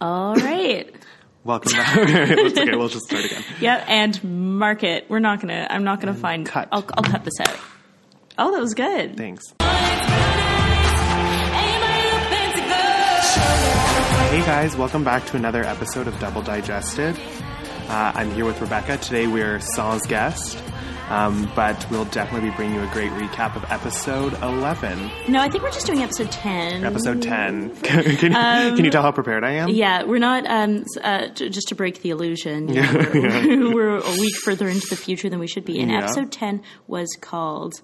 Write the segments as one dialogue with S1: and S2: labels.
S1: All right.
S2: Welcome back. it's okay. We'll just start again.
S1: Yep. And mark it. We're not gonna. I'm not gonna find.
S2: cut.
S1: I'll, I'll cut this out. Oh, that was good.
S2: Thanks.
S3: Anybody
S2: Hey guys, welcome back to another episode of Double Digested. Uh, I'm here with Rebecca. Today we're sans guest, um, but we'll definitely be bringing you a great recap of episode 11,
S1: No, I think we're just doing episode ten.
S2: episode 10. can, you, can you tell how prepared I am?
S1: Yeah, we're not. Um, s- uh, j- just to break the illusion, you know, we're, we're a week further into the future than we should be. And
S2: Yeah.
S1: episode ten was called.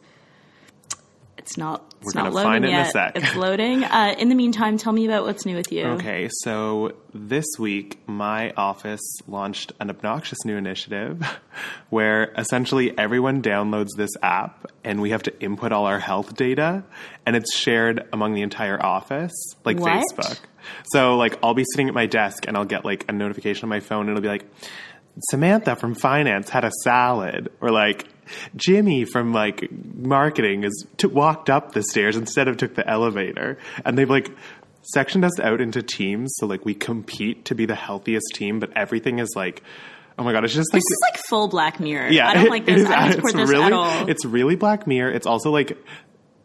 S1: It's not. It's
S2: We're
S1: not
S2: gonna
S1: loading
S2: find it in a
S1: yet.
S2: sec.
S1: It's loading. Uh, in the meantime, tell me about what's new with you.
S2: Okay, so this week my office launched an obnoxious new initiative where essentially everyone downloads this app and we have to input all our health data and it's shared among the entire office, like
S1: What?
S2: Facebook. So like I'll be sitting at my desk and I'll get like a notification on my phone and it'll be like Samantha from finance had a salad or like Jimmy from like marketing is t- walked up the stairs instead of took the elevator and they've like sectioned us out into teams so like we compete to be the healthiest team but everything is like oh my god it's just like
S1: This is like full Black Mirror.
S2: yeah,
S1: I don't like
S2: it
S1: this.
S2: is-
S1: I don't
S2: it's
S1: support this
S2: really,
S1: at all.
S2: It's really Black Mirror. It's also like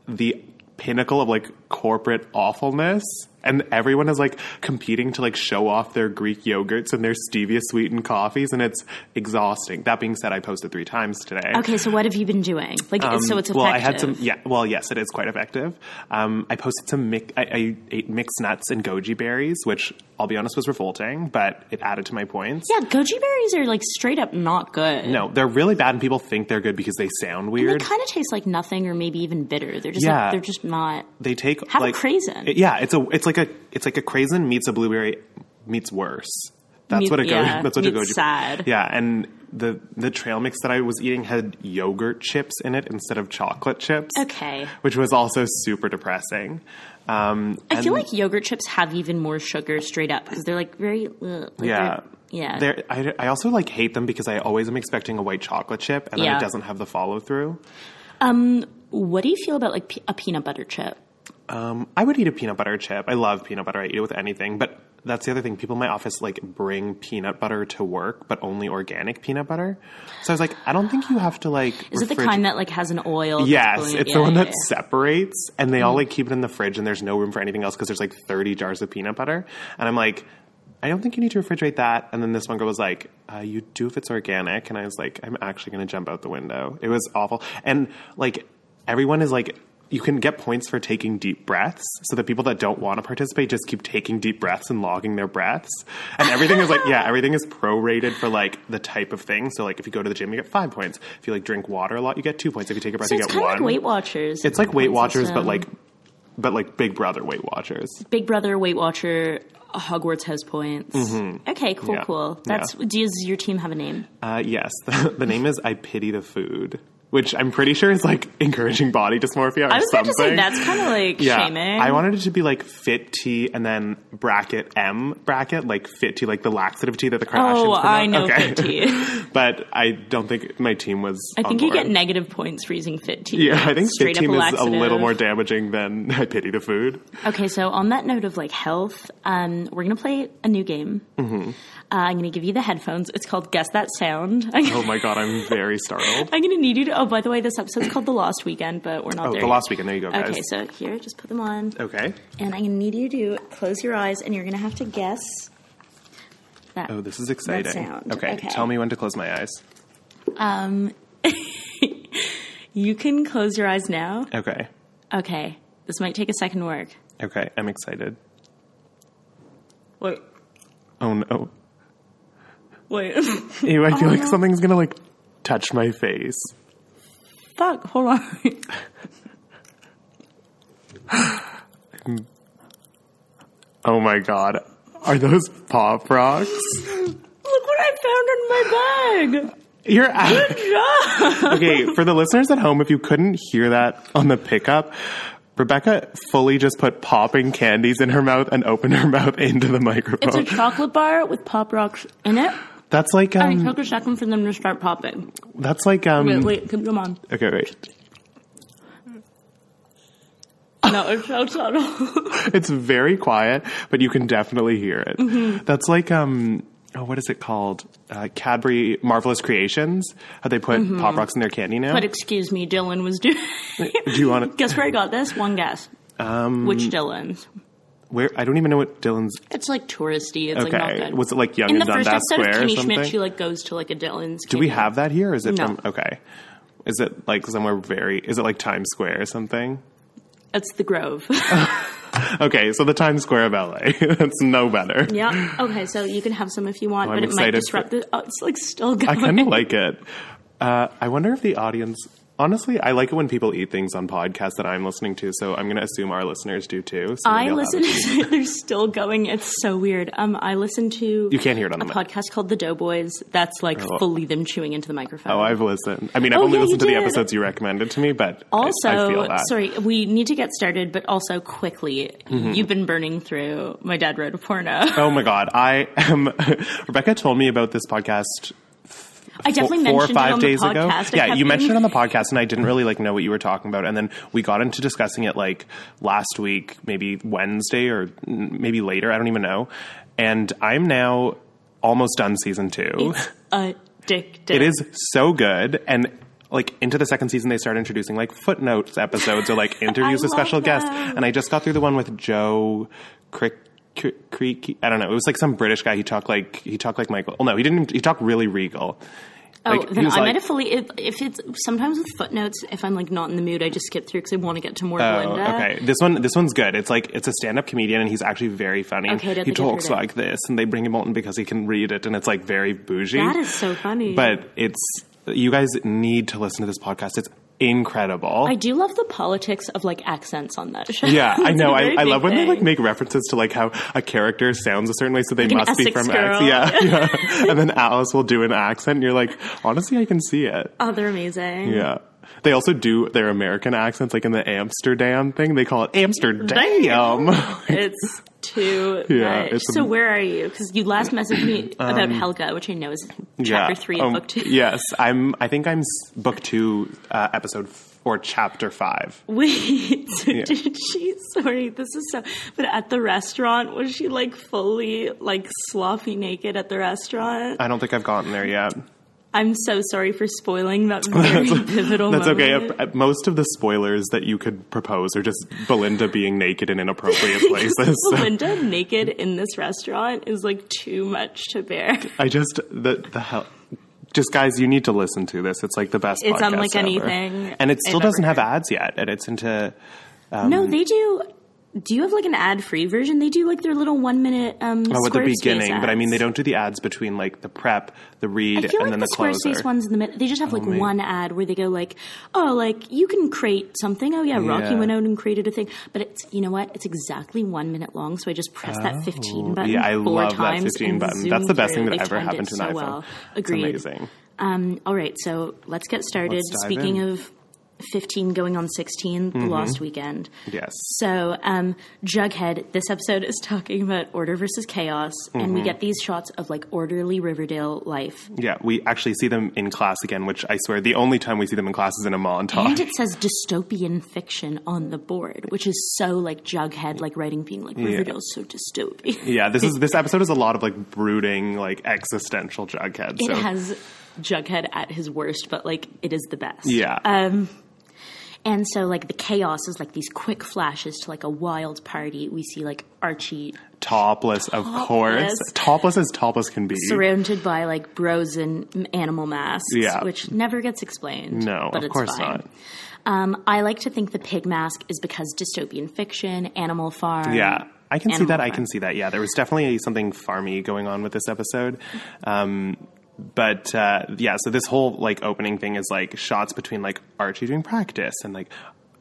S2: the pinnacle of like corporate awfulness. And everyone is like competing to like show off their Greek yogurts and their stevia sweetened coffees, and it's exhausting. That being said, I posted three times today.
S1: Okay, so what have you been doing? Like, so it's effective.
S2: Um, Well, I had some. Yeah. Well, yes, it is quite effective. Um, I posted some. Mic- I, I ate mixed nuts and goji berries, which I'll be honest was revolting, but it added to my points.
S1: Yeah, goji berries are like straight up not good.
S2: No, they're really bad, and people think they're good because they sound
S1: They
S2: weird.
S1: kind of taste like nothing, or maybe even bitter. They're just
S2: Yeah.
S1: like, they're just not.
S2: they take
S1: Have a
S2: like
S1: craisin.
S2: It- yeah, it's a it's like a it's like a craisin meets a blueberry meets worse. That's
S1: Meet-
S2: what a go-
S1: yeah,
S2: that's what a
S1: meets
S2: goji.
S1: sad.
S2: Yeah, and the the trail mix that I was eating had yogurt chips in it instead of chocolate chips.
S1: Okay.
S2: Which was also super depressing. Um,
S1: I feel like yogurt chips have even more sugar straight up because they're like very. ugh, like
S2: yeah.
S1: they're- yeah.
S2: They're- I, I also like hate them because I always am expecting a white chocolate chip and then
S1: Yeah.
S2: it doesn't have the follow through.
S1: what do you feel about like pe- a peanut butter chip?
S2: I would eat a peanut butter chip. I love peanut butter. I eat it with anything. But that's the other thing. People in my office like bring peanut butter to work, but only organic peanut butter. So I was like, I don't think you have to like.
S1: Is it the kind that like has an oil? that's
S2: Yes,
S1: going-
S2: it's the
S1: yeah,
S2: one
S1: yeah,
S2: that separates, and
S1: Mm-hmm.
S2: they all like keep it in the fridge, and there's no room for anything else because there's like 30 jars of peanut butter, and I'm like, I don't think you need to refrigerate that. And then this one girl was like, uh, "You do if it's organic," and I was like, "I'm actually going to jump out the window." It was awful, and like everyone is like. You can get points for taking deep breaths. So the people that don't want to participate just keep taking deep breaths and logging their breaths. And everything is like, yeah, everything is prorated for like the type of thing. So like if you go to the gym, you get five points. If you like drink water a lot, you get two points. If you take a breath,
S1: So
S2: you
S1: it's
S2: get
S1: kind of
S2: one.
S1: like Weight Watchers.
S2: It's like Weight
S1: Point
S2: Watchers, but
S1: system.
S2: like, but like Big Brother Weight Watchers.
S1: Big Brother, Weight Watcher, Hogwarts has points. Okay, cool,
S2: Mm-hmm. Yeah.
S1: cool. That's does your team have a name?
S2: Uh, yes, the, the name is I Pity the Food, which I'm pretty sure is like encouraging body dysmorphia or
S1: I was about
S2: something.
S1: to say that's kind of like
S2: yeah,
S1: shaming.
S2: I wanted it to be like fit tea and then bracket M bracket like fit tea, like the laxative tea that the Kardashians.
S1: Oh,
S2: promote.
S1: I know
S2: Okay.
S1: fit tea.
S2: but I don't think my team was.
S1: I
S2: on
S1: think you
S2: board.
S1: get negative points for using fit tea.
S2: Yeah, I think fit
S1: straight
S2: team
S1: up
S2: is a little
S1: laxative.
S2: more damaging than I pity the food.
S1: Okay, so on that note of like health, um, we're gonna play a new game. Mm-hmm. Uh, I'm gonna give you the headphones. It's called Guess That Sound.
S2: Oh my god, I'm very startled.
S1: I'm gonna need you to. Oh, by the way, this episode's called The Lost Weekend, but we're not
S2: Oh,
S1: there.
S2: the
S1: yet.
S2: last weekend. There you go, guys.
S1: Okay, so here, just put them on,
S2: okay.
S1: and I'm gonna need you to close your eyes, and you're gonna have to guess that.
S2: Oh, this is exciting.
S1: sound.
S2: Okay,
S1: Okay.
S2: tell me when to close my eyes.
S1: Um, you can close your eyes now.
S2: Okay.
S1: Okay, this might take a second to work.
S2: Okay, I'm excited.
S1: Wait,
S2: Oh no.
S1: wait,
S2: Ew, I feel like something's gonna like touch my face.
S1: fuck, hold on.
S2: Oh my god. Are those paw frogs?
S1: Look what I found in my bag.
S2: You're out. okay, for the listeners at home, if you couldn't hear that on the pickup, Rebecca fully just put popping candies in her mouth and opened her mouth into the
S1: It's
S2: microphone.
S1: a chocolate bar with pop rocks in it.
S2: that's like
S1: I mean,
S2: um
S1: took a second for them to start popping.
S2: that's like um
S1: Wait, wait, come come on.
S2: Okay, wait.
S1: No, it's so subtle.
S2: It's very quiet, but you can definitely hear it.
S1: Mm-hmm.
S2: That's like um oh what is it called? Uh, Cadbury Marvelous Creations. How they put pop rocks in their candy now?
S1: Mm-hmm. but excuse me, Dylan was doing.
S2: Do you want to
S1: guess where I got this? One guess. Um, Which Dylan's?
S2: where I don't even know what Dylan's
S1: It's like touristy. It's like not
S2: Okay.
S1: good.
S2: Was it like Young
S1: in
S2: and
S1: the first
S2: Dundas
S1: episode
S2: Square
S1: of
S2: or
S1: Kimmy
S2: something?
S1: Schmidt? She like goes to like a Dylan's.
S2: Do we have that here? Is it
S1: No.
S2: from okay? Is it like somewhere very? Is it like Times Square or something?
S1: It's the Grove.
S2: Okay, so the Times Square of LA. That's no better.
S1: yeah. Okay, so you can have some if you want,
S2: Oh, I'm
S1: but it might
S2: excited
S1: disrupt the. Oh, it's like still going.
S2: I kind of like it. Uh, I wonder if the audience. Honestly, I like it when people eat things on podcasts that I'm listening to. So I'm going to assume our listeners do too. So maybe
S1: I
S2: I'll have
S1: listen.
S2: it.
S1: To, they're still going. It's so weird. Um, I listen to
S2: You can't hear it on
S1: a
S2: the mic.
S1: podcast called The Doughboys. That's like fully them chewing into the microphone.
S2: Oh, I've listened. I mean, I've
S1: Oh,
S2: only
S1: yeah, you
S2: listened to the
S1: did.
S2: episodes you recommended to me, but I-
S1: also,
S2: I feel that.
S1: sorry, we need to get started, but also quickly.
S2: Mm-hmm.
S1: You've been burning through. My dad wrote a porno.
S2: Oh my God, I am. Rebecca told me about this podcast
S1: I definitely
S2: four or
S1: mentioned
S2: five
S1: it on
S2: days
S1: the podcast.
S2: ago.
S1: I
S2: Yeah,
S1: kept
S2: you mentioned it
S1: being-
S2: on the podcast, and I didn't really like know what you were talking about. And then we got into discussing it like last week, maybe Wednesday or mm, maybe later. I don't even know. And I'm now almost done season two.
S1: It's addictive.
S2: It is so good and like into the second season they start introducing like footnotes episodes or like interviews
S1: I love
S2: with special guests
S1: them.
S2: and i just got through the one with joe crick creek i don't know it was like some british guy he talked like he talked like michael well no he didn't he talked really regal
S1: Oh,
S2: Like, he
S1: then
S2: was
S1: I
S2: like-
S1: might have fully. If, if it's sometimes with footnotes, if I'm like not in the mood, I just skip through because I want to get to more
S2: Oh,
S1: Belinda.
S2: okay. This one, this one's good. It's like it's a stand-up comedian, and he's actually very funny.
S1: Okay, I don't
S2: he
S1: think I've
S2: talks
S1: heard it.
S2: like this, and they bring him on because he can read it, and it's like very bougie.
S1: That is so funny.
S2: but it's you guys need to listen to this podcast. It's incredible.
S1: I do love the politics of like accents on that show.
S2: yeah, I
S1: It's
S2: know.
S1: a
S2: I,
S1: very
S2: I
S1: big
S2: love when they
S1: thing.
S2: like make references to like how a character sounds a certain way, so they
S1: an
S2: must be
S1: Essex
S2: from X.
S1: girl.
S2: Yeah, yeah. and then Alice will do an accent. And you're like, honestly, I can see it.
S1: Oh, they're amazing.
S2: Yeah. They also do their American accents, like in the Amsterdam thing. They call it Amsterdam.
S1: It's too
S2: Yeah,
S1: much.
S2: it's a-
S1: so where are you? Because you last messaged me about Helga, which I know is chapter three of
S2: um,
S1: book two.
S2: Yes, I'm. I think I'm s- book two, uh, episode f- or chapter five.
S1: Wait, so did she? Sorry, this is so. But at the restaurant, was she like fully like sloppy naked at the restaurant?
S2: I don't think I've gotten there yet.
S1: I'm so sorry for spoiling that very pivotal
S2: That's okay.
S1: moment.
S2: Uh, Most of the spoilers that you could propose are just Belinda being naked in inappropriate places.
S1: Belinda naked in this restaurant is like too much to bear.
S2: I just the the hell. Just guys, you need to listen to this. It's like the best.
S1: It's
S2: podcast
S1: unlike
S2: ever.
S1: anything
S2: and it still
S1: I've ever
S2: doesn't have ads yet. And it's into oh, Um,
S1: no, they do. Do you have like an ad free version? They do like their little one minute um.
S2: oh, at the
S1: Squarespace
S2: beginning, but I mean they
S1: ads.
S2: don't do the ads between like the prep, the read,
S1: I feel like
S2: and then
S1: the,
S2: the, Oh, closer.
S1: Squarespace ones in the mid. They just have like one ad where they go like, "Oh, like you can create something." Oh yeah, Rocky
S2: Yeah.
S1: went out and created a thing. But it's you know what? It's exactly one minute long, so I just press that fifteen button.
S2: Oh. Yeah, I
S1: four
S2: love that
S1: times
S2: 15
S1: and
S2: button.
S1: zoom
S2: That's the best
S1: through.
S2: thing that
S1: They
S2: ever
S1: timed it
S2: happened to an
S1: so
S2: iPhone.
S1: Well.
S2: It's
S1: Agreed.
S2: amazing.
S1: Um, all right, so let's get started.
S2: Let's dive
S1: Speaking
S2: in. Mm-hmm.
S1: of fifteen going on 16 the Lost Weekend.
S2: Yes.
S1: So, um, Jughead, this episode is talking about order versus chaos, and
S2: Mm-hmm.
S1: we get these shots of like orderly Riverdale life.
S2: Yeah, we actually see them in class again, which I swear the only time we see them in class is in a montage.
S1: And it says dystopian fiction on the board, which is so like Jughead, like writing being like Riverdale's so dystopian.
S2: Yeah, this is this episode is a lot of like brooding, like existential jughead. So
S1: It has Jughead at his worst, but like it is the best.
S2: yeah,
S1: And so like the chaos is like these quick flashes to like a wild party. We see like Archie
S2: topless, of course, topless as topless can be.
S1: surrounded by like bros and animal masks,
S2: Yeah.
S1: which never gets explained.
S2: no,
S1: but
S2: of
S1: it's
S2: course
S1: fine.
S2: not.
S1: Um, I like to think the pig mask is because dystopian fiction, Animal Farm.
S2: Yeah. I can see
S1: Um, Animal
S2: that. I
S1: Farm.
S2: can see that. Yeah, there was definitely something farmy going on with this episode. Um, but uh, yeah, so this whole like opening thing is like shots between like Archie doing practice and like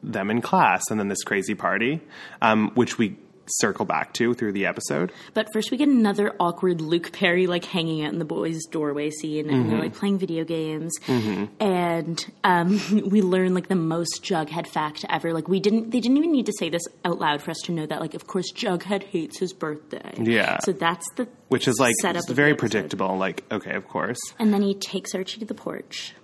S2: them in class, and then this crazy party, um, which we circle back to through the episode.
S1: But first, we get another awkward Luke Perry like hanging out in the boys' doorway scene, and
S2: Mm-hmm.
S1: they're like playing video games. And um, we learn like the most Jughead fact ever. Like we didn't, they didn't even need to say this out loud for us to know that. Like, of course, Jughead hates his birthday.
S2: Yeah.
S1: So that's the
S2: Which is like
S1: setup of the
S2: very
S1: episode.
S2: predictable. Like, okay, of course.
S1: And then he takes Archie to the porch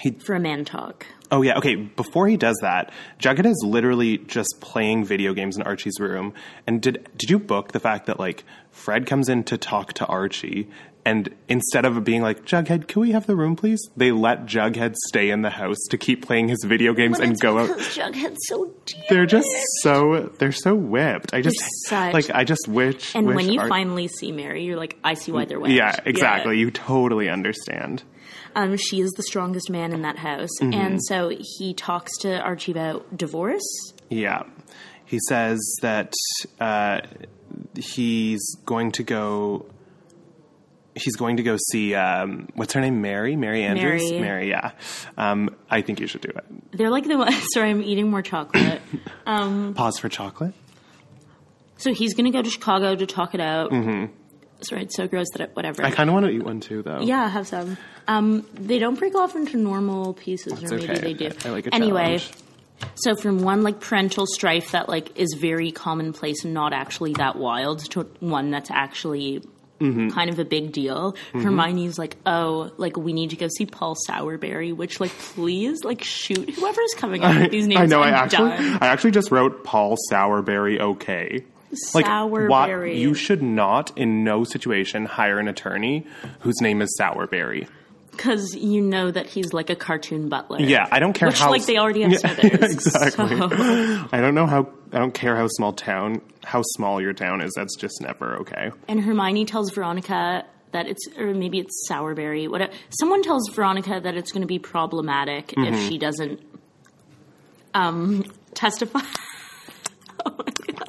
S2: He-
S1: for a man talk.
S2: Oh yeah. Okay. Before he does that, Jughead is literally just playing video games in Archie's room. And did did you book the fact that like Fred comes in to talk to Archie, and instead of it being like Jughead, can we have the room, please? They let Jughead stay in the house to keep playing his video games
S1: But
S2: and
S1: it's
S2: go out.
S1: because Jughead's so dear.
S2: They're just so they're so whipped. I just
S1: They're such-
S2: like I just wish.
S1: and
S2: wish
S1: when you
S2: Ar- Mm,
S1: finally see Mary, you're like, I see why they're wet.
S2: yeah, exactly. You totally understand.
S1: Um, she is the strongest man in that house,
S2: Mm-hmm.
S1: and so he talks to Archie about divorce.
S2: Yeah. He says that uh, he's going to go. He's going to go see um, what's her name, Mary, Mary Andrews,
S1: Mary.
S2: yeah. Um, I think you should do it.
S1: They're like the one. Sorry, I'm eating more chocolate.
S2: Pause for chocolate.
S1: so he's going to go to Chicago to talk it out. Sorry, it's so gross that it, whatever.
S2: Mm-hmm. I kind of want to eat one too, though.
S1: Yeah, have some. Um, they don't break off into normal pieces,
S2: That's
S1: or maybe
S2: okay.
S1: they do.
S2: I- I like a
S1: anyway,
S2: challenge.
S1: so from one like parental strife that like is very commonplace and not actually that wild to one that's actually
S2: Mm-hmm.
S1: kind of a big deal. Hermione's like, oh, like we need to go see Paul Sowerberry, which like please like shoot whoever's coming up with these names.
S2: I know.
S1: I'm
S2: I actually,
S1: done.
S2: I actually just wrote Paul Sowerberry. Okay, what-
S1: Sowerberry.
S2: you should not, in no situation, hire an attorney whose name is Sowerberry.
S1: because you know that he's like a cartoon butler.
S2: Yeah, I don't care
S1: Which,
S2: how
S1: like, they already have
S2: Yeah,
S1: Smithers,
S2: yeah, exactly.
S1: so-
S2: I don't know how. I don't care how small town, how small your town is. That's just never okay.
S1: And Hermione tells Veronica that it's, or maybe it's Sourberry, whatever. Someone tells Veronica that it's going to be problematic if
S2: Mm-hmm.
S1: she doesn't um, testify. oh my god!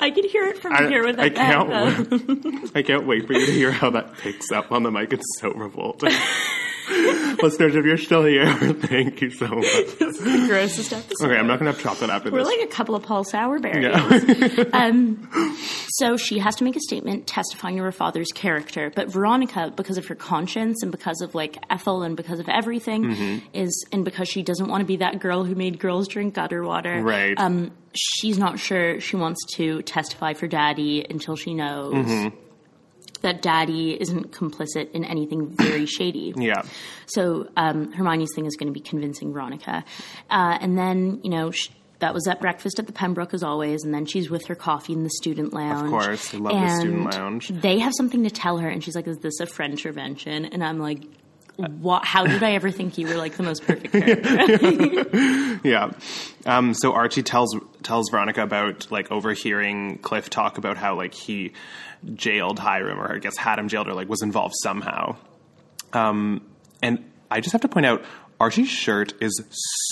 S1: I could hear it from
S2: I,
S1: here with
S2: I
S1: that bad, though.
S2: can't. I can't wait for you to hear how that picks up on the mic. It's so revolting. Listeners, if you're still here, thank you so much.
S1: It's the grossest episode.
S2: Okay, I'm not gonna have chocolate after
S1: We're
S2: this.
S1: like a couple of Paul Sourberry.
S2: yeah.
S1: So she has to make a statement testifying to her father's character. But Veronica, because of her conscience and because of like Ethel and because of everything,
S2: Mm-hmm.
S1: is and because she doesn't want to be that girl who made girls drink gutter water.
S2: right.
S1: Um, she's not sure she wants to testify for daddy until she knows
S2: Mm-hmm.
S1: that daddy isn't complicit in anything very shady.
S2: yeah.
S1: So um, Hermione's thing is going to be convincing Veronica, uh, and then you know sh that was at breakfast at the Pembroke as always, and then she's with her coffee in the student lounge.
S2: Of course, I love the student
S1: And
S2: lounge.
S1: They have something to tell her, and she's like, "Is this a French intervention?" And I'm like. What, how did I ever think you were like the most perfect character?
S2: Yeah. Um, so Archie tells tells Veronica about like overhearing Cliff talk about how like he jailed Hiram or I guess had him jailed or like was involved somehow. Um, and I just have to point out Archie's shirt is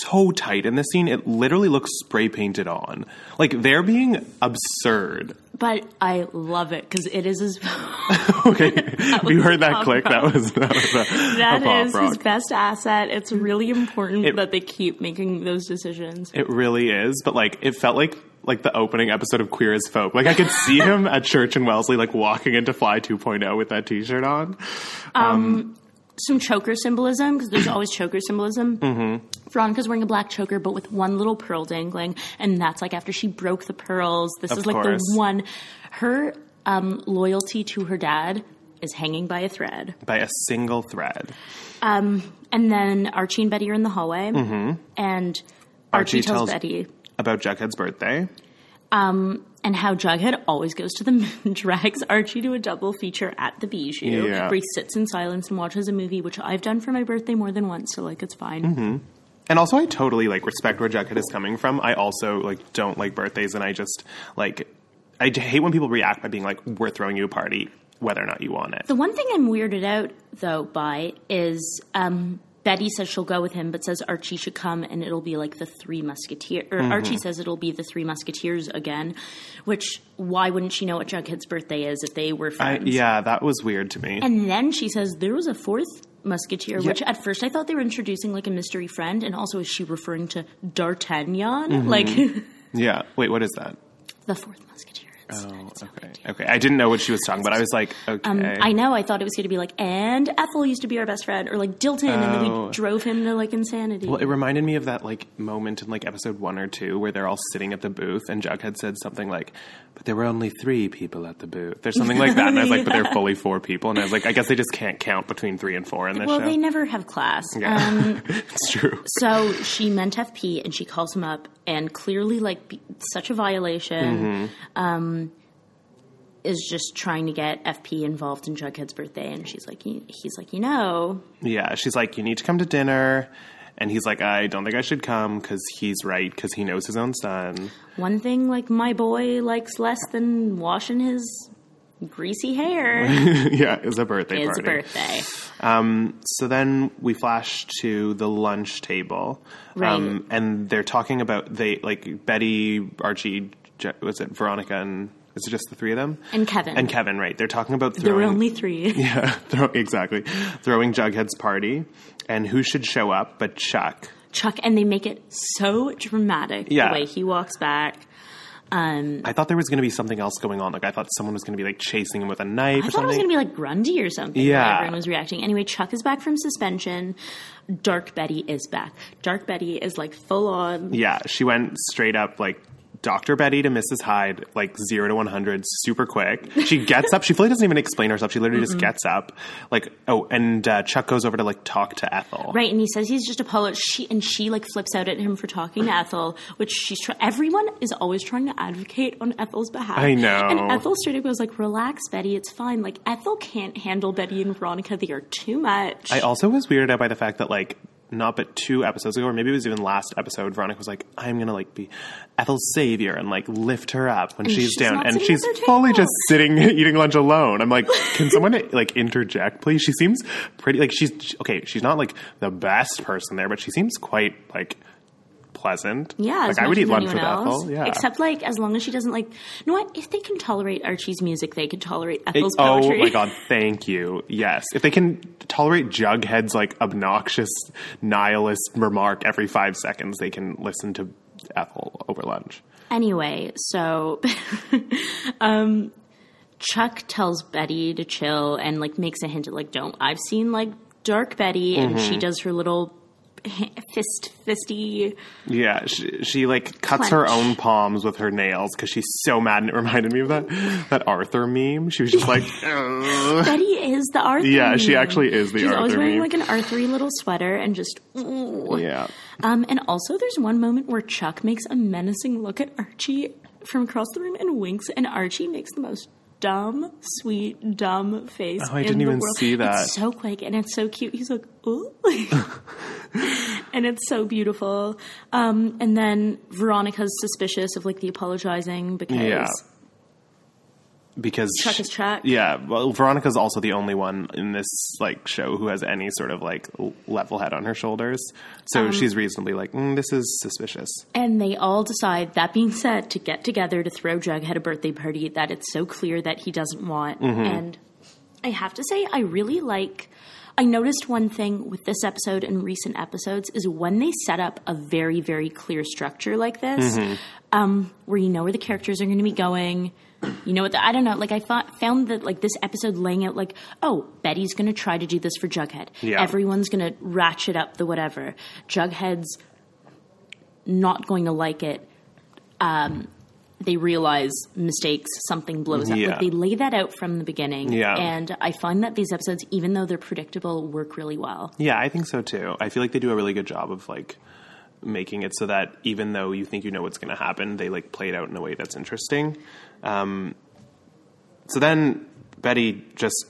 S2: so tight in this scene; it literally looks spray painted on. Like they're being absurd.
S1: But I love it because it is his
S2: Okay, you
S1: was
S2: heard
S1: a
S2: that
S1: pop
S2: click? That was that was a,
S1: that
S2: a pop
S1: is his
S2: rock.
S1: best asset. It's really important
S2: It-
S1: that they keep making those decisions.
S2: It really is, but like it felt like like the opening episode of Queer as Folk. Like I could see him at church in Wellesley, like walking into Fly 2.0 with that T-shirt on.
S1: some choker symbolism because there's always choker symbolism. Mm-hmm. Veronica's wearing a black choker, but with one little pearl dangling, and that's like after she broke the pearls. This
S2: Of
S1: is like
S2: course.
S1: the one. Her um, loyalty to her dad is hanging by a thread.
S2: By a single thread,
S1: And then Archie and Betty are in the hallway, and Archie,
S2: Mm-hmm. Archie
S1: tells,
S2: tells-
S1: Betty.
S2: about Jughead's birthday.
S1: And how Jughead always goes to the moon, drags Archie to a double feature at the Bijou,
S2: Yeah.
S1: where he sits in silence and watches a movie, which I've done for my birthday more than once, so like it's fine.
S2: Mm-hmm. And also, I totally like respect where Jughead is coming from. I also like don't like birthdays, and I just like I d- hate when people react by being like, "We're throwing you a party, whether or not you want it."
S1: The one thing I'm weirded out though by is um, Betty says she'll go with him, but says Archie should come, and it'll be like the Three Musketeers.
S2: Mm-hmm.
S1: Or Archie says it'll be the Three Musketeers again. Which why wouldn't she know what Jughead's birthday is if they were
S2: I,
S1: friends?
S2: yeah, that was weird to me.
S1: And then she says there was a fourth musketeer, which at first I thought they were introducing like a mystery friend, and also is she
S2: Mm-hmm.
S1: referring to D'Artagnan? Like
S2: yeah, wait, what is that?
S1: the fourth musketeer It's-
S2: Oh,
S1: it's no big
S2: okay.
S1: deal.
S2: Okay. I didn't know what she was talking about. I was like, okay.
S1: Um, I know. I thought it was going to be like, and Ethel used to be our best friend, or like Dilton, and then
S2: Oh.
S1: we drove him to like insanity.
S2: Well, it reminded me of that like moment in like episode one or two where they're all sitting at the booth and Jughead said something like, "But there were only three people at the booth," or something like that. And I was like, "But they're fully four people," and I was like, "I guess they just can't count between three and four in this
S1: Well,
S2: show."
S1: they never have class.
S2: Yeah.
S1: Um,
S2: it's true.
S1: so she meant FP, and she calls him up, and clearly, like, be- such a violation.
S2: Mm-hmm.
S1: Um, is just trying to get FP involved in Jughead's birthday, and she's like, "You- he's like, you know,
S2: Yeah, she's like, "You need to come to dinner," and he's like, "I don't think I should come because he's right because he knows his own son."
S1: one thing like my boy likes less than washing his greasy hair
S2: yeah, it's a birthday
S1: is
S2: party.
S1: a birthday.
S2: So then we flash to the lunch table, um,
S1: Right.
S2: and they're talking about they like Betty, Archie, Je- was it Veronica, and is it just the three of them?
S1: And Kevin.
S2: And Kevin, right? They're talking about
S1: there
S2: throwing
S1: were only three.
S2: yeah, throw, exactly throwing Jughead's party, and who should show up but Chuck?
S1: Chuck, and they make it so dramatic
S2: Yeah.
S1: the way he walks back.
S2: I thought there was going to be something else going on. Like I thought someone was going to be like chasing him with a knife
S1: I
S2: or
S1: thought it was
S2: something.
S1: going to be like Grundy or something. the way
S2: Yeah.
S1: everyone was reacting. Anyway, Chuck is back from suspension. Dark Betty is back. Dark Betty is like full on.
S2: yeah, she went straight up like. Dr. Betty to Mrs. Hyde, like zero to 100, super quick. She gets up. She fully doesn't even explain herself. She literally just gets up. Like, oh, and uh, Chuck goes over to like talk to Ethel.
S1: Right, and he says he's just a poet. She and she like flips out at him for talking to Ethel, which she's try- everyone is always trying to advocate on Ethel's behalf.
S2: I know.
S1: And Ethel straight up goes like, "Relax, Betty. It's fine." Like Ethel can't handle Betty and Veronica. They are too much.
S2: I also was weirded out by the fact that like not but two episodes ago, or maybe it was even last episode, Veronica was like, "I'm gonna like be Ethel's savior and like lift her up when she's,
S1: she's
S2: down,"
S1: not
S2: and
S1: sitting
S2: she's
S1: at their
S2: fully
S1: table.
S2: just sitting eating lunch alone. I'm like, can someone like interject, please? She seems pretty like she's okay. She's not like the best person there, but she seems quite like pleasant.
S1: Yeah,
S2: like
S1: as
S2: I would
S1: much
S2: eat
S1: as
S2: lunch
S1: anyone
S2: with
S1: else.
S2: Ethel. Yeah,
S1: Except like as long as she doesn't like. You know what? If they can tolerate Archie's music, they can tolerate
S2: It-
S1: Ethel's
S2: oh
S1: poetry.
S2: my god, thank you. Yes. If they can tolerate Jughead's like obnoxious nihilist remark every five seconds, they can listen to Ethel over lunch.
S1: Anyway, so um, Chuck tells Betty to chill and like makes a hint at like don't. I've seen like Dark Betty, and
S2: Mm-hmm.
S1: she does her little h- fist fisty.
S2: Yeah, she, she like cuts her
S1: Clench.
S2: own palms with her nails because she's so mad, and it reminded me of that that Arthur meme. She was just like, "Ugh."
S1: Betty is the Arthur.
S2: yeah, she
S1: meme.
S2: actually is the
S1: She's always
S2: Arthur
S1: wearing
S2: meme.
S1: like an Arthury little sweater and just. Ooh.
S2: yeah,
S1: Um, and also, there's one moment where Chuck makes a menacing look at Archie from across the room and winks, and Archie makes the most dumb, sweet, dumb face.
S2: Oh, I
S1: in
S2: didn't
S1: the
S2: even
S1: world.
S2: see that.
S1: It's so quick and it's so cute. He's like, ooh. and it's so beautiful. Um, and then Veronica's suspicious of like the apologizing because
S2: Yeah. because
S1: Chuck is Chuck.
S2: Yeah, well, Veronica's also the only one in this like show who has any sort of like l- level head on her shoulders, so she's reasonably like, mm, this is suspicious.
S1: And they all decide, that being said, to get together to throw Jughead a birthday party that it's so clear that he doesn't want. And I have to say, I really like. I noticed one thing with this episode and recent episodes is when they set up a very, very clear structure like this, um, where you know where the characters are going to be going. You know what? The, I don't know. Like I thought, found that like this episode laying out like, oh, Betty's going to try to do this for Jughead.
S2: Yeah.
S1: Everyone's going to ratchet up the whatever. Jughead's not going to like it, um, they realize mistakes, something blows up.
S2: Yeah.
S1: Like they lay that out from the beginning.
S2: Yeah.
S1: And I find that these episodes, even though they're predictable, work really well.
S2: Yeah, I think so too. I feel like they do a really good job of like making it so that even though you think you know what's going to happen, they like play it out in a way that's interesting. Um, so then Betty just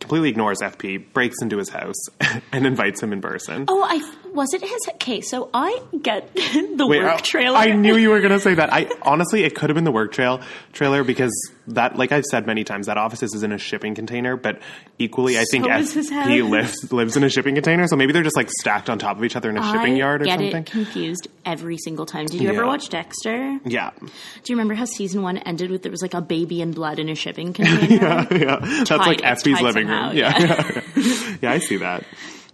S2: completely ignores FP, breaks into his house, and invites him in person.
S1: Oh, I was it his okay. So I get the
S2: Wait,
S1: work
S2: I-
S1: trailer.
S2: I knew you were going to say that. I honestly, it could have been the work trail trailer because that, like I've said many times, that office is in a shipping container. But equally, I think
S1: So is his
S2: FP
S1: house.
S2: lives lives in a shipping container. So maybe they're just like stacked on top of each other in a shipping
S1: I
S2: yard or
S1: get
S2: something.
S1: it confused every single time. Did you
S2: Yeah.
S1: ever watch Dexter?
S2: Yeah,
S1: Do you remember how season one ended with there was like a baby in blood in a shipping container?
S2: yeah, that's like
S1: it's
S2: FP's
S1: tied
S2: living
S1: somehow,
S2: room. Yeah, yeah, Yeah, I see that.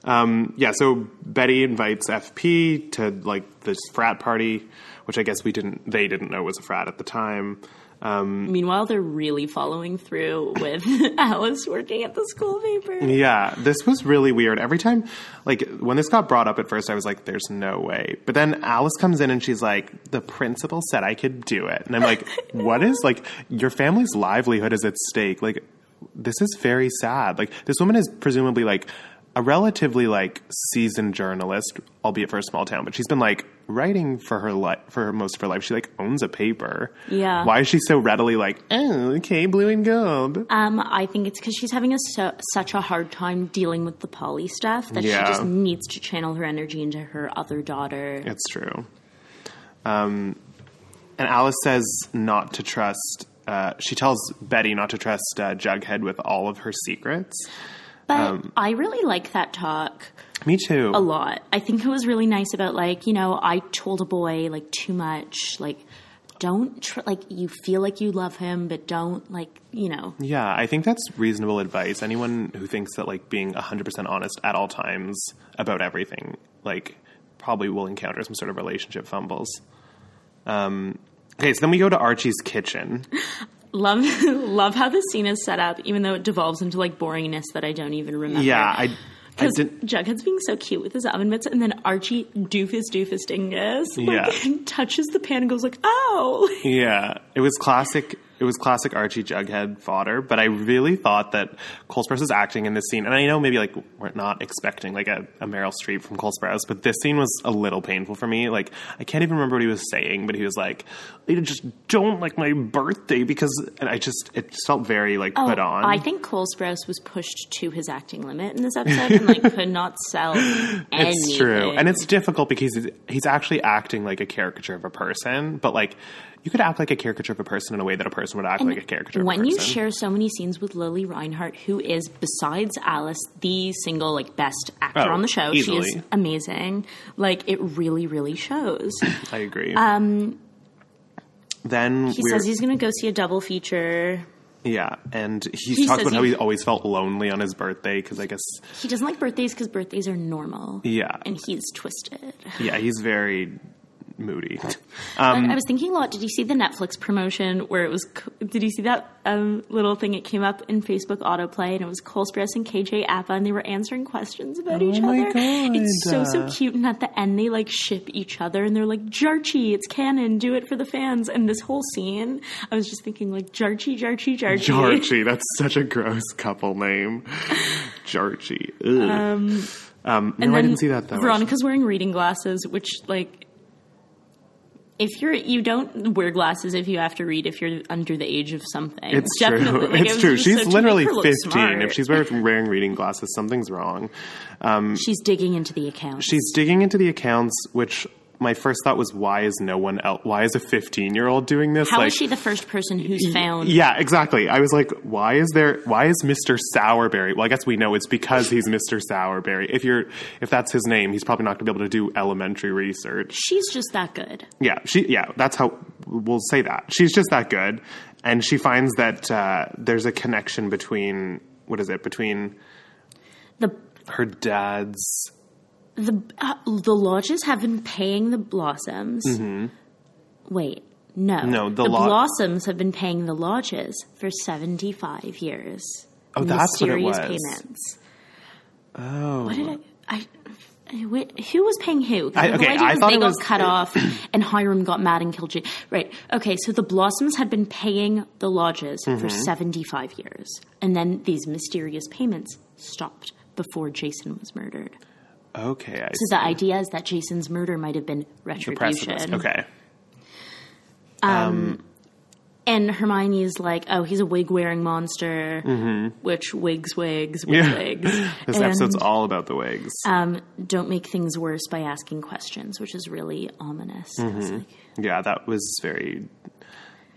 S2: Um, yeah, so Betty invites FP to like this frat party, which I guess we didn't they didn't know was a frat at the time.
S1: Meanwhile, they're really following through with Alice working at the school paper.
S2: Yeah, this was really weird. Every time, like, when this got brought up at first, I was like, there's no way. But then Alice comes in and she's like, the principal said I could do it. And I'm like, what is, like, your family's livelihood is at stake. Like, this is very sad. Like, this woman is presumably, like, a relatively like seasoned journalist, albeit for a small town, but she's been like writing for her life for most of her life. She like owns a paper.
S1: Yeah.
S2: Why is she so readily like, oh, okay, blue and gold?
S1: Um, I think it's because she's having a so, such a hard time dealing with the Polly stuff that
S2: Yeah.
S1: she just needs to channel her energy into her other daughter.
S2: It's true. Um, and Alice says not to trust. Uh, she tells Betty not to trust uh, Jughead with all of her secrets.
S1: But
S2: um,
S1: I really like that talk.
S2: Me too.
S1: a lot. I think it was really nice about like you know I told a boy like too much like don't tr- like you feel like you love him but don't like you know
S2: Yeah, I think that's reasonable advice. Anyone who thinks that like being 100% honest at all times about everything like probably will encounter some sort of relationship fumbles. Um Okay, so then we go to Archie's kitchen.
S1: love love how the scene is set up even though it devolves into like boringness that I don't even remember.
S2: Yeah, I, I
S1: Because
S2: didn't.
S1: Jughead's being so cute with his oven mitts, and then Archie doofus doofus dingus like,
S2: Yeah.
S1: touches the pan and goes like, "Oh!"
S2: Yeah, it was classic. It was classic Archie Jughead fodder. But I really thought that Cole Sprouse was acting in this scene, and I know maybe like we're not expecting like a, a Meryl Streep from Cole Sprouse, but this scene was a little painful for me. Like I can't even remember what he was saying, but he was like, "I just don't like my birthday because," and I just it just felt very like put
S1: Oh,
S2: on.
S1: I think Cole Sprouse was pushed to his acting limit in this episode and like could not sell.
S2: It's true, and it's difficult because he's, he's actually acting like a caricature of a person, but like. You could act like a caricature of a person in a way that a person would act like a caricature
S1: when
S2: of a
S1: you
S2: person.
S1: share so many scenes with Lily Reinhart, who is besides Alice the single like best actor
S2: Oh,
S1: on the show, she
S2: easily.
S1: is amazing. Like it really, really shows.
S2: I agree. Um, then
S1: He
S2: we're,
S1: says he's going to go see a double feature.
S2: yeah, and he,
S1: he
S2: talks
S1: says
S2: about how
S1: he-
S2: he always felt lonely on his birthday because I guess
S1: He doesn't like birthdays because birthdays are normal,
S2: yeah,
S1: and he's twisted.
S2: yeah, he's very moody. Um,
S1: But I was thinking a lot. Did you see the Netflix promotion where it was? c- Did you see that um, little thing? It came up in Facebook autoplay, and it was Cole Sprouse and KJ Appa, and they were answering questions about each
S2: Oh my
S1: other. It's so
S2: God.
S1: so cute. And at the end, they like ship each other, and they're like, "Jarchi, it's canon. Do it for the fans." And this whole scene, I was just thinking like, "Jarchi, Jarchi, Jarchi."
S2: Jarchi, that's such a gross couple name. Jarchi. Ugh. Um, no, I
S1: And
S2: didn't see that though.
S1: Veronica's wearing reading glasses, which like. If you're you don't wear glasses if you have to read if you're under the age of something.
S2: It's
S1: Definitely,
S2: true.
S1: like, it
S2: it's
S1: was
S2: true.
S1: just so
S2: She's
S1: to make
S2: literally
S1: her look
S2: 15.
S1: smart.
S2: If she's wearing wearing reading glasses, something's wrong.
S1: she's digging into the account.
S2: She's digging into the accounts, which my first thought was, why is no one else? Why is a 15 year old doing this?
S1: How is
S2: like,
S1: she the first person who's found?
S2: Yeah, exactly. I was like, why is there? Why is Mister Sourberry? Well, I guess we know it's because he's Mister Sourberry. If you're, if that's his name, he's probably not going to be able to do elementary research.
S1: She's just that good.
S2: Yeah, she. Yeah, that's how we'll say that. She's just that good, and she finds that uh, there's a connection between what is it between
S1: The
S2: her dad's.
S1: the uh, the lodges have been paying the blossoms. Wait, no,
S2: Mm-hmm. No,
S1: the
S2: the lo-
S1: blossoms have been paying the lodges for seventy five years.
S2: Oh, that's what it
S1: Mysterious
S2: was.
S1: Payments. Oh, what did I? I I- wait, who was paying who? 'Cause
S2: I-
S1: the
S2: okay,
S1: whole idea
S2: I
S1: was
S2: thought
S1: they
S2: it
S1: got
S2: was-
S1: cut off, and Hiram got mad and killed Jake. Right. Okay, so the Blossoms had been paying the lodges
S2: Mm-hmm.
S1: for seventy-five years, and then these mysterious payments stopped before Jason was murdered.
S2: Okay, I
S1: So the idea is that Jason's murder might have been retribution.
S2: precipice. Okay,
S1: And Hermione is like, oh, he's a wig wearing monster, which wigs, wigs, wigs,
S2: Mm-hmm. Yeah.
S1: wigs. and
S2: this
S1: Uh,
S2: episode's all about the wigs.
S1: don't make things worse by asking questions, which is really ominous.
S2: Mm-hmm.
S1: It's like,
S2: yeah, that was very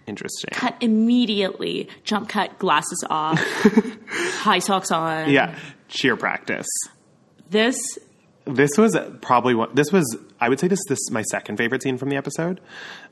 S2: interesting.
S1: cut immediately, jump cut, glasses off, high socks on.
S2: Yeah, cheer practice.
S1: This,
S2: This was probably one. This was I would say this this is my second favorite scene from the episode.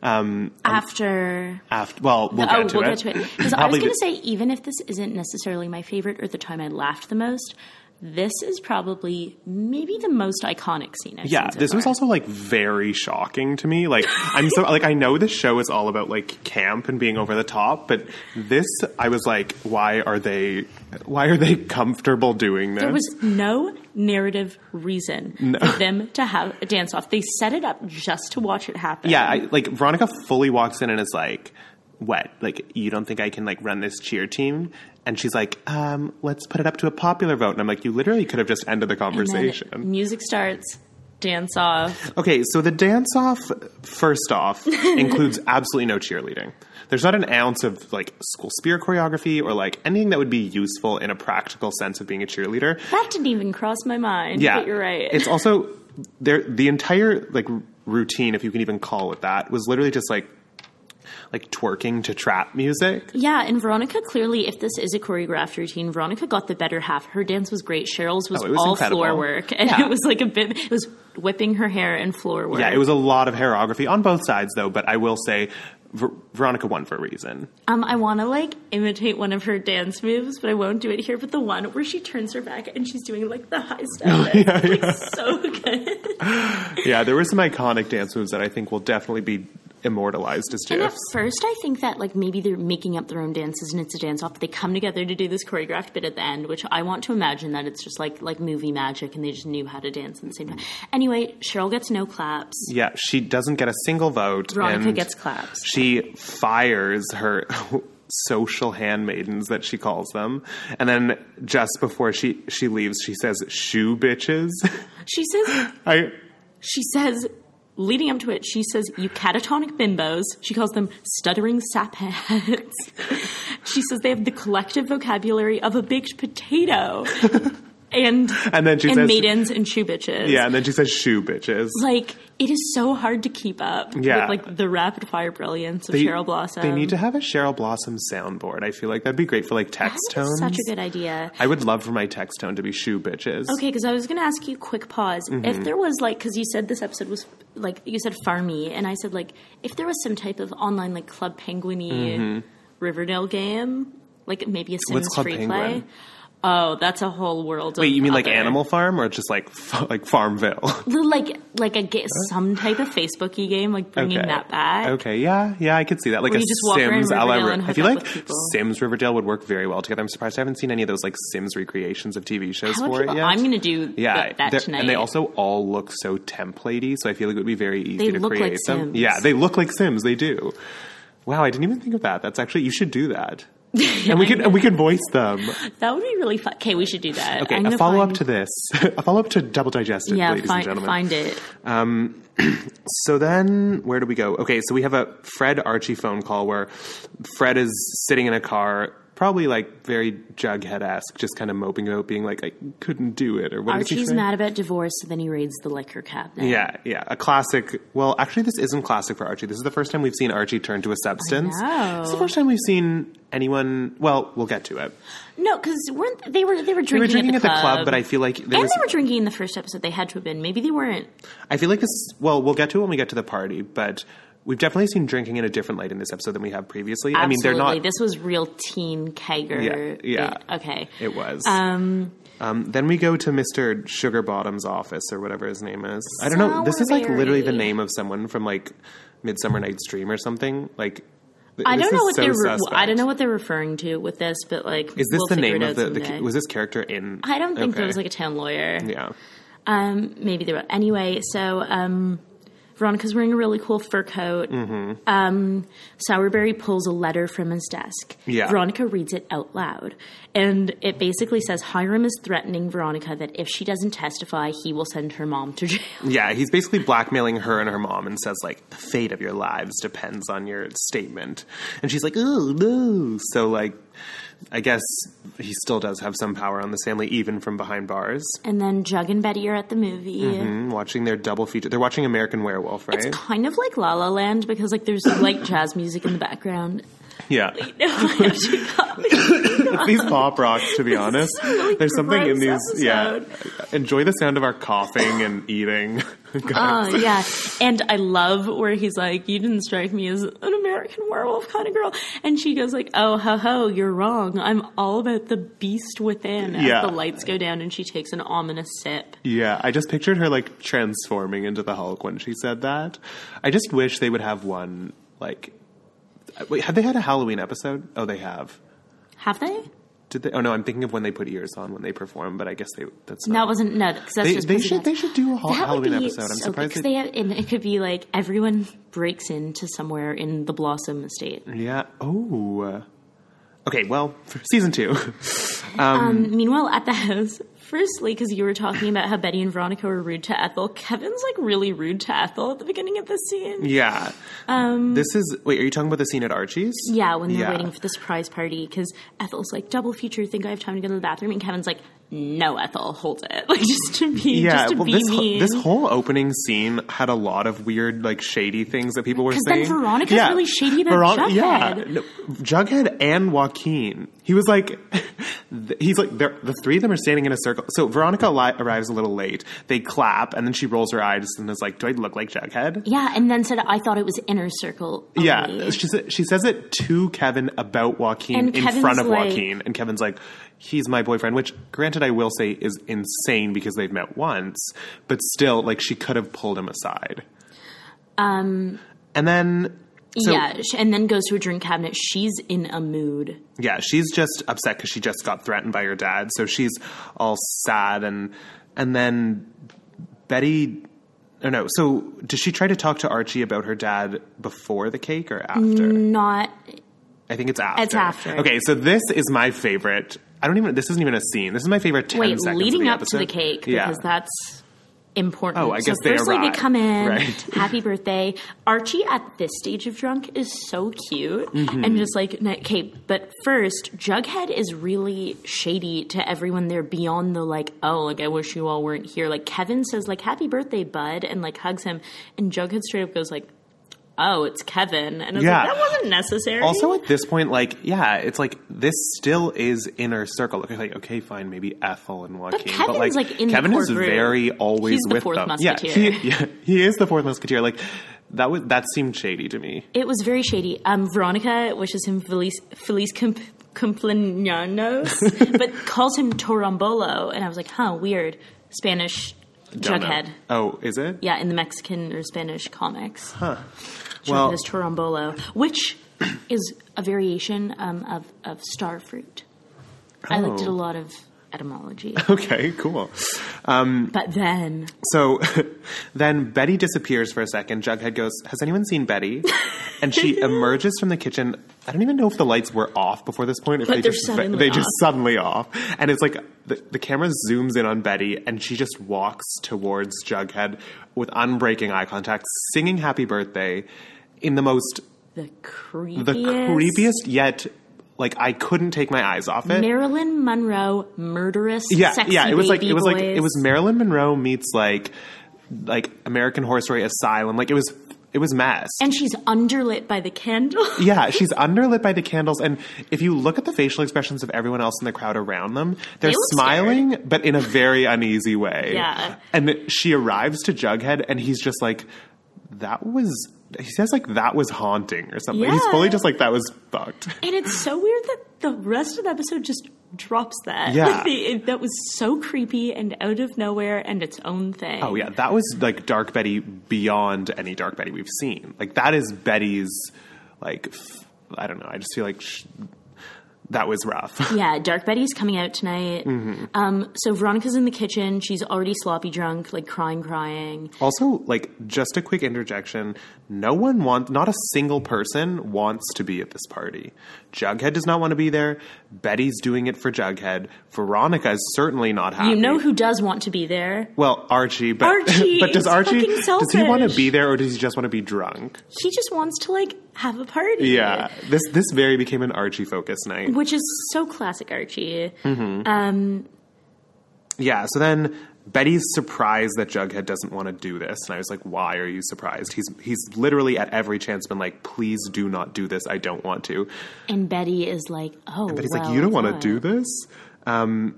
S2: Um,
S1: after.
S2: after well, we'll
S1: oh,
S2: get to
S1: we'll
S2: it.
S1: get to it. Because I was
S2: Probably
S1: going
S2: the-
S1: to say, even if this isn't necessarily my favorite or the time I laughed the most, this is probably maybe the most iconic scene. I've
S2: Yeah,
S1: seen so
S2: this was
S1: far.
S2: also like very shocking to me. Like I'm so like I know this show is all about like camp and being over the top, but this I was like, why are they why are they comfortable doing this?
S1: There was no narrative reason for them to have a dance off. They set it up just to watch it happen.
S2: yeah, I, like Veronica fully walks in and is like, "What? Like you don't think I can like run this cheer team?" And she's like, um, "Let's put it up to a popular vote." And I'm like, "You literally could have just ended the
S1: And then
S2: conversation."
S1: music starts, dance off.
S2: Okay, so the dance off, first off, includes absolutely no cheerleading. There's not an ounce of like school spear choreography or like anything that would be useful in a practical sense of being a cheerleader.
S1: That didn't even cross my mind.
S2: Yeah,
S1: but you're right.
S2: It's also there. The entire like r- routine, if you can even call it that, was literally just like like twerking to trap music.
S1: yeah, and Veronica clearly, if this is a choreographed routine, Veronica got the better half. Her dance was great. Cheryl's was,
S2: Oh, it was
S1: all
S2: incredible.
S1: floor work, and
S2: Yeah.
S1: it was like a bit. It was whipping her hair and floor work.
S2: Yeah, it was a lot of hairography on both sides, though. But I will say, Ver- Veronica won for a reason.
S1: Um, I want to like imitate one of her dance moves, but I won't do it here. But the one where she turns her back and she's doing like the high step,
S2: yeah,
S1: like
S2: yeah.
S1: so good.
S2: Yeah, there were some iconic dance moves that I think will definitely be immortalized as
S1: And at
S2: gifs.
S1: first, I think that like maybe they're making up their own dances and it's a dance off. But they come together to do this choreographed bit at the end, which I want to imagine that it's just like like movie magic, and they just knew how to dance at the same time. Anyway, Cheryl gets no claps.
S2: Yeah, she doesn't get a single vote.
S1: Veronica
S2: and
S1: gets claps.
S2: She fires her social handmaidens that she calls them, and then just before she she leaves, she says, "Shoe bitches."
S1: She says
S2: I
S1: she says leading up to it she says you catatonic bimbos she calls them stuttering sapheads she says they have the collective vocabulary of a baked potato and
S2: and then she
S1: and
S2: says,
S1: maidens and shoe bitches
S2: "Yeah," and then she says, "Shoe bitches."
S1: like it is so hard to keep up
S2: Yeah.
S1: with like the rapid fire brilliance of
S2: They-
S1: Cheryl Blossom.
S2: They need to have a Cheryl Blossom soundboard. I feel like that'd be great for like text
S1: That
S2: tones.
S1: is such a good idea.
S2: I would love for my text tone to be shoe bitches.
S1: Okay, because I was going to ask you quick pause.
S2: Mm-hmm.
S1: If there was like, because you said this episode was like, you said farmy, and I said like, if there was some type of online like Club Penguiny Riverdale game, like maybe a Sims
S2: What's Mm-hmm. Club
S1: free play.
S2: Penguin?
S1: Oh, that's a whole world.
S2: Wait,
S1: of
S2: you mean like
S1: other-
S2: Animal Farm or just like f- like Farmville?
S1: The, Like like a ga- some type of Facebooky game, like bringing that back.
S2: Okay, yeah, yeah, I could see that. Like
S1: Where
S2: a
S1: you just walk around
S2: Sims. a la
S1: Riverdale
S2: Ri-
S1: and
S2: I
S1: hook
S2: feel
S1: up
S2: like
S1: with people.
S2: Sims Riverdale would work very well together. I'm surprised I haven't seen any of those like Sims recreations of TV shows
S1: How
S2: for
S1: about-
S2: it yet.
S1: I'm going to do
S2: yeah,
S1: that, that
S2: they're-
S1: tonight.
S2: and they also all look so templatey, so I feel like it would be very easy
S1: They
S2: to
S1: look like
S2: create them.
S1: Sims.
S2: Yeah, they look like Sims. They do. Wow, I didn't even think of that. That's actually you should do that, and we can and we can voice them.
S1: that would be really fun. Okay, we should do that.
S2: Okay,
S1: I'm
S2: a
S1: gonna
S2: follow up
S1: find-
S2: to this, a follow up to Double Digested,
S1: yeah,
S2: ladies
S1: find,
S2: and gentlemen.
S1: find it.
S2: So then, where do we go? Okay, so we have a Fred Archie phone call where Fred is sitting in a car, probably like very jughead esque, just kind of moping about being like, I couldn't do it, or what does he
S1: Archie's
S2: say?
S1: mad about divorce, so then he raids the liquor cabinet.
S2: Yeah, yeah, a classic. Well, actually, this isn't classic for Archie. This is the first time we've seen Archie turn to a substance.
S1: know.
S2: It's the first time we've seen anyone. Well, we'll get to it.
S1: No, because weren't they were they were
S2: We
S1: drinking,
S2: were drinking
S1: at, the club,
S2: but I feel like there
S1: and
S2: was.
S1: they were drinking in the first episode. They had to have been. Maybe they weren't.
S2: I feel like this. Well, we'll get to it when we get to the party, but. We've definitely seen drinking in a different light in this episode than we have previously. I mean,
S1: Absolutely,
S2: they're not
S1: this was real teen Kiger.
S2: Yeah, yeah.
S1: Okay.
S2: It was. Um, then we go to Mr. Sugar Bottom's office or whatever his name is. I don't know. This is like literally the
S1: Sourberry.
S2: name of someone from like Midsummer Night's Dream or something. Like th-
S1: I
S2: this
S1: don't know
S2: is
S1: what
S2: so
S1: they're. re-
S2: suspect.
S1: I don't know what they're referring to with this, but like,
S2: Is this
S1: we'll
S2: the
S1: figure
S2: name
S1: it
S2: of the,
S1: out
S2: the?
S1: someday.
S2: Was this character in?
S1: I don't think there
S2: Okay.
S1: was like a town lawyer.
S2: Yeah.
S1: Um, maybe they were. Anyway, so um, Veronica's wearing a really cool fur coat. Um, Sourberry pulls a letter from his desk.
S2: Yeah.
S1: Veronica reads it out loud. And it basically says Hiram is threatening Veronica that if she doesn't testify, he will send her mom to jail.
S2: Yeah, he's basically blackmailing her and her mom and says, like, the fate of your lives depends on your statement. And she's like, oh, no. So, like, I guess he still does have some power on this family, even from behind bars.
S1: And then Jug and Betty are at the movie.
S2: Mm, watching their double feature. They're watching American Werewolf, right?
S1: It's kind of like La La Land because like there's like jazz music in the background.
S2: yeah.
S1: No, she got me. No,
S2: it's these pop rocks, to be honest. There's something in these.
S1: gross
S2: Yeah. Enjoy the sound of our coughing and eating. God.
S1: Oh yeah, and I love where he's like, "You didn't strike me as an American werewolf kind of girl," and she goes like, "Oh ho ho, you're wrong. I'm all about the beast within."
S2: Yeah.
S1: As the lights go down, and she takes an ominous sip.
S2: yeah, I just pictured her like transforming into the Hulk when she said that. I just wish they would have one like. uh, Wait, have they had a Halloween episode? Oh, they have.
S1: Have they?
S2: Did they? Oh no, I'm thinking of when they put ears on when they perform, but I guess they that's
S1: That
S2: not.
S1: wasn't no, because that's
S2: they,
S1: just
S2: they
S1: pussy
S2: should
S1: cats.
S2: they should do a ha-
S1: That would
S2: Halloween
S1: be
S2: episode. I'm
S1: so
S2: surprised
S1: good, 'cause
S2: they
S1: they have, and it could be like everyone breaks into somewhere in the Blossom Estate.
S2: Yeah. Oh. Okay. Well, for season two.
S1: Um, meanwhile, at the house, firstly, because you were talking about how Betty and Veronica were rude to Ethel, Kevin's like really rude to Ethel at the beginning of this scene.
S2: yeah. Um. This is. Wait. Are you talking about the scene at Archie's?
S1: Yeah, when they're
S2: Yeah.
S1: waiting for the surprise party, because Ethel's like, double feature, think I have time to go to the bathroom? And Kevin's like, no, Ethel, hold it. Like, just to be,
S2: Yeah.
S1: just to
S2: Well,
S1: be
S2: this whole-
S1: mean.
S2: this whole opening scene had a lot of weird, like shady things that people were saying.
S1: 'Cause then Veronica's really shady about
S2: Yeah.
S1: Jughead.
S2: No, Jughead and Joaquin. He was like. th- He's like they're- the three of them are standing in a circle. So Veronica li- arrives a little late. They clap, and then she rolls her eyes and is like, "Do I look like Jughead?"
S1: yeah, and then said, I thought it was inner circle. Only.
S2: Yeah, she sa- she says it to Kevin about Joaquin
S1: And
S2: in
S1: Kevin's
S2: front of
S1: like-
S2: Joaquin, and Kevin's like, "He's my boyfriend," which, granted, I will say is insane because they've met once, but still, like, she could have pulled him aside. Um, and then, so,
S1: yeah, sh- and then goes to a drink cabinet. She's in a mood.
S2: yeah, she's just upset because she just got threatened by her dad, so she's all sad, and and then Betty. Oh no! So, does she try to talk to Archie about her dad before the cake or after?
S1: Not
S2: I think it's after.
S1: It's after.
S2: Okay, so this is my favorite. I don't even. This isn't even a scene. This is my favorite. 10
S1: wait,
S2: seconds of
S1: leading
S2: the
S1: up to the
S2: episode.
S1: cake because
S2: Yeah.
S1: that's important.
S2: Oh, I
S1: so
S2: guess they
S1: firstly
S2: arrive.
S1: they come in,
S2: Right.
S1: happy birthday. Archie at this stage of drunk is so cute
S2: Mm-hmm.
S1: and just like n- okay, but first Jughead is really shady to everyone there beyond the like oh like I wish you all weren't here. Like Kevin says like happy birthday bud and like hugs him and Jughead straight up goes like oh it's Kevin and I was
S2: Yeah.
S1: like that wasn't necessary.
S2: also, at this point, like, yeah, it's like this still is inner circle. Okay, like, okay, fine, maybe Ethel and Joaquin, but,
S1: Kevin's,
S2: like,
S1: like, in the
S2: Kevin
S1: core
S2: is
S1: group.
S2: very always
S1: He's the
S2: with
S1: fourth
S2: them.
S1: musketeer.
S2: Yeah, he, yeah, he is the fourth musketeer. Like that was that seemed shady to me.
S1: It was very shady. Um, Veronica wishes him Feliz, Feliz cum, Cumpleaños, but calls him Torombolo. And I was like, huh, weird. Spanish
S2: Don't know.
S1: Jughead.
S2: Oh, is it?
S1: Yeah, in the Mexican or Spanish comics. Huh. Jughead
S2: Well-
S1: is Torombolo, which is a variation um, of, of star fruit. I looked at a
S2: Oh.
S1: lot of etymology.
S2: Okay, cool.
S1: but then,
S2: So then Betty disappears for a second. Jughead goes, Has anyone seen Betty? And she emerges from the kitchen. I don't even know if the lights were off before this point. If
S1: But they're
S2: just,
S1: suddenly
S2: they just
S1: off.
S2: suddenly off. And it's like the, the camera zooms in on Betty and she just walks towards Jughead with unbreaking eye contact, singing happy birthday in the most,
S1: the creepiest.
S2: the creepiest yet, like I couldn't take my eyes off it.
S1: Marilyn Monroe murderous.
S2: yeah,
S1: sexy
S2: yeah. It was like
S1: baby
S2: it was like
S1: boys.
S2: it was Marilyn Monroe meets like like American Horror Story Asylum. Like it was it was mess.
S1: And she's underlit by the candle.
S2: yeah, she's underlit by the candles, and if you look at the facial expressions of everyone else in the crowd around them, they're
S1: They look
S2: smiling, but in a very uneasy way.
S1: Yeah.
S2: And she arrives to Jughead, and he's just like, "That was." He says like that was haunting or something. He's
S1: Yeah.
S2: fully just like that was fucked.
S1: And it's so weird that the rest of the episode just drops that.
S2: Yeah.
S1: Like, they- it- that was so creepy and out of nowhere and its own thing.
S2: Oh yeah, that was like Dark Betty beyond any Dark Betty we've seen. Like that is Betty's like f- I don't know. I just feel like sh- that was rough.
S1: Yeah, Dark Betty's coming out tonight.
S2: Mm-hmm.
S1: Um, so Veronica's in the kitchen. She's already sloppy drunk, like crying, crying.
S2: also, like just a quick interjection, no one wants not a single person wants to be at this party. Jughead does not want to be there. Betty's doing it for Jughead. Veronica is certainly not happy.
S1: You know who does want to be there?
S2: well, Archie, but
S1: Archie
S2: but does
S1: is
S2: Archie
S1: fucking
S2: does he want to
S1: selfish.
S2: be there or does he just want to be drunk?
S1: He just wants to, like, have a party.
S2: Yeah, this this very became an Archie focus night. Mm.
S1: Which is so classic Archie. Um,
S2: Yeah, so then Betty's surprised that Jughead doesn't want to do this, and I was like, "Why are you surprised?" He's he's literally at every chance been like, "Please do not do this. I don't want to."
S1: And Betty is like, oh,
S2: But he's
S1: well,
S2: like, "You don't want to
S1: what?"
S2: do this." Um,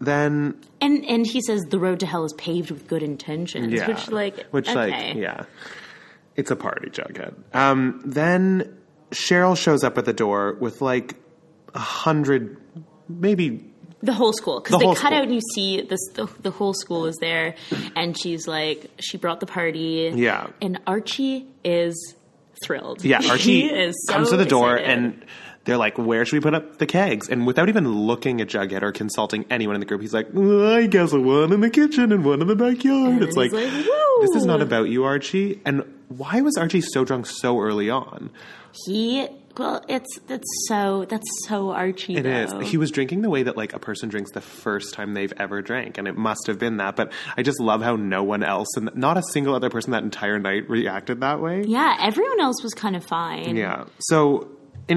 S2: then
S1: And and he says the road to hell is paved with good intentions,
S2: yeah,
S1: which like,
S2: which
S1: okay.
S2: like, yeah, it's a party, Jughead. Um, then Cheryl shows up at the door with like a hundred, maybe
S1: The whole school, because
S2: The
S1: they
S2: whole
S1: cut
S2: school.
S1: out and you see this. The, the whole school is there, and she's like, she brought the party.
S2: Yeah.
S1: and Archie is thrilled.
S2: Yeah, Archie
S1: he is so
S2: comes to the door
S1: excited.
S2: and they're like, "Where should we put up the kegs?" And without even looking at Jughead or consulting anyone in the group, he's like, "Well, "I guess one in the kitchen and one in the backyard."
S1: And
S2: it's
S1: then
S2: like,
S1: he's like, "Woo!"
S2: "This is not about you, Archie." And why was Archie so drunk so early on?
S1: he well, it's that's so that's so Archie.
S2: It is.
S1: though.
S2: He was drinking the way that like a person drinks the first time they've ever drank, and it must have been that. But I just love how no one else and not a single other person that entire night reacted that way.
S1: yeah, everyone else was kind of fine.
S2: Yeah. So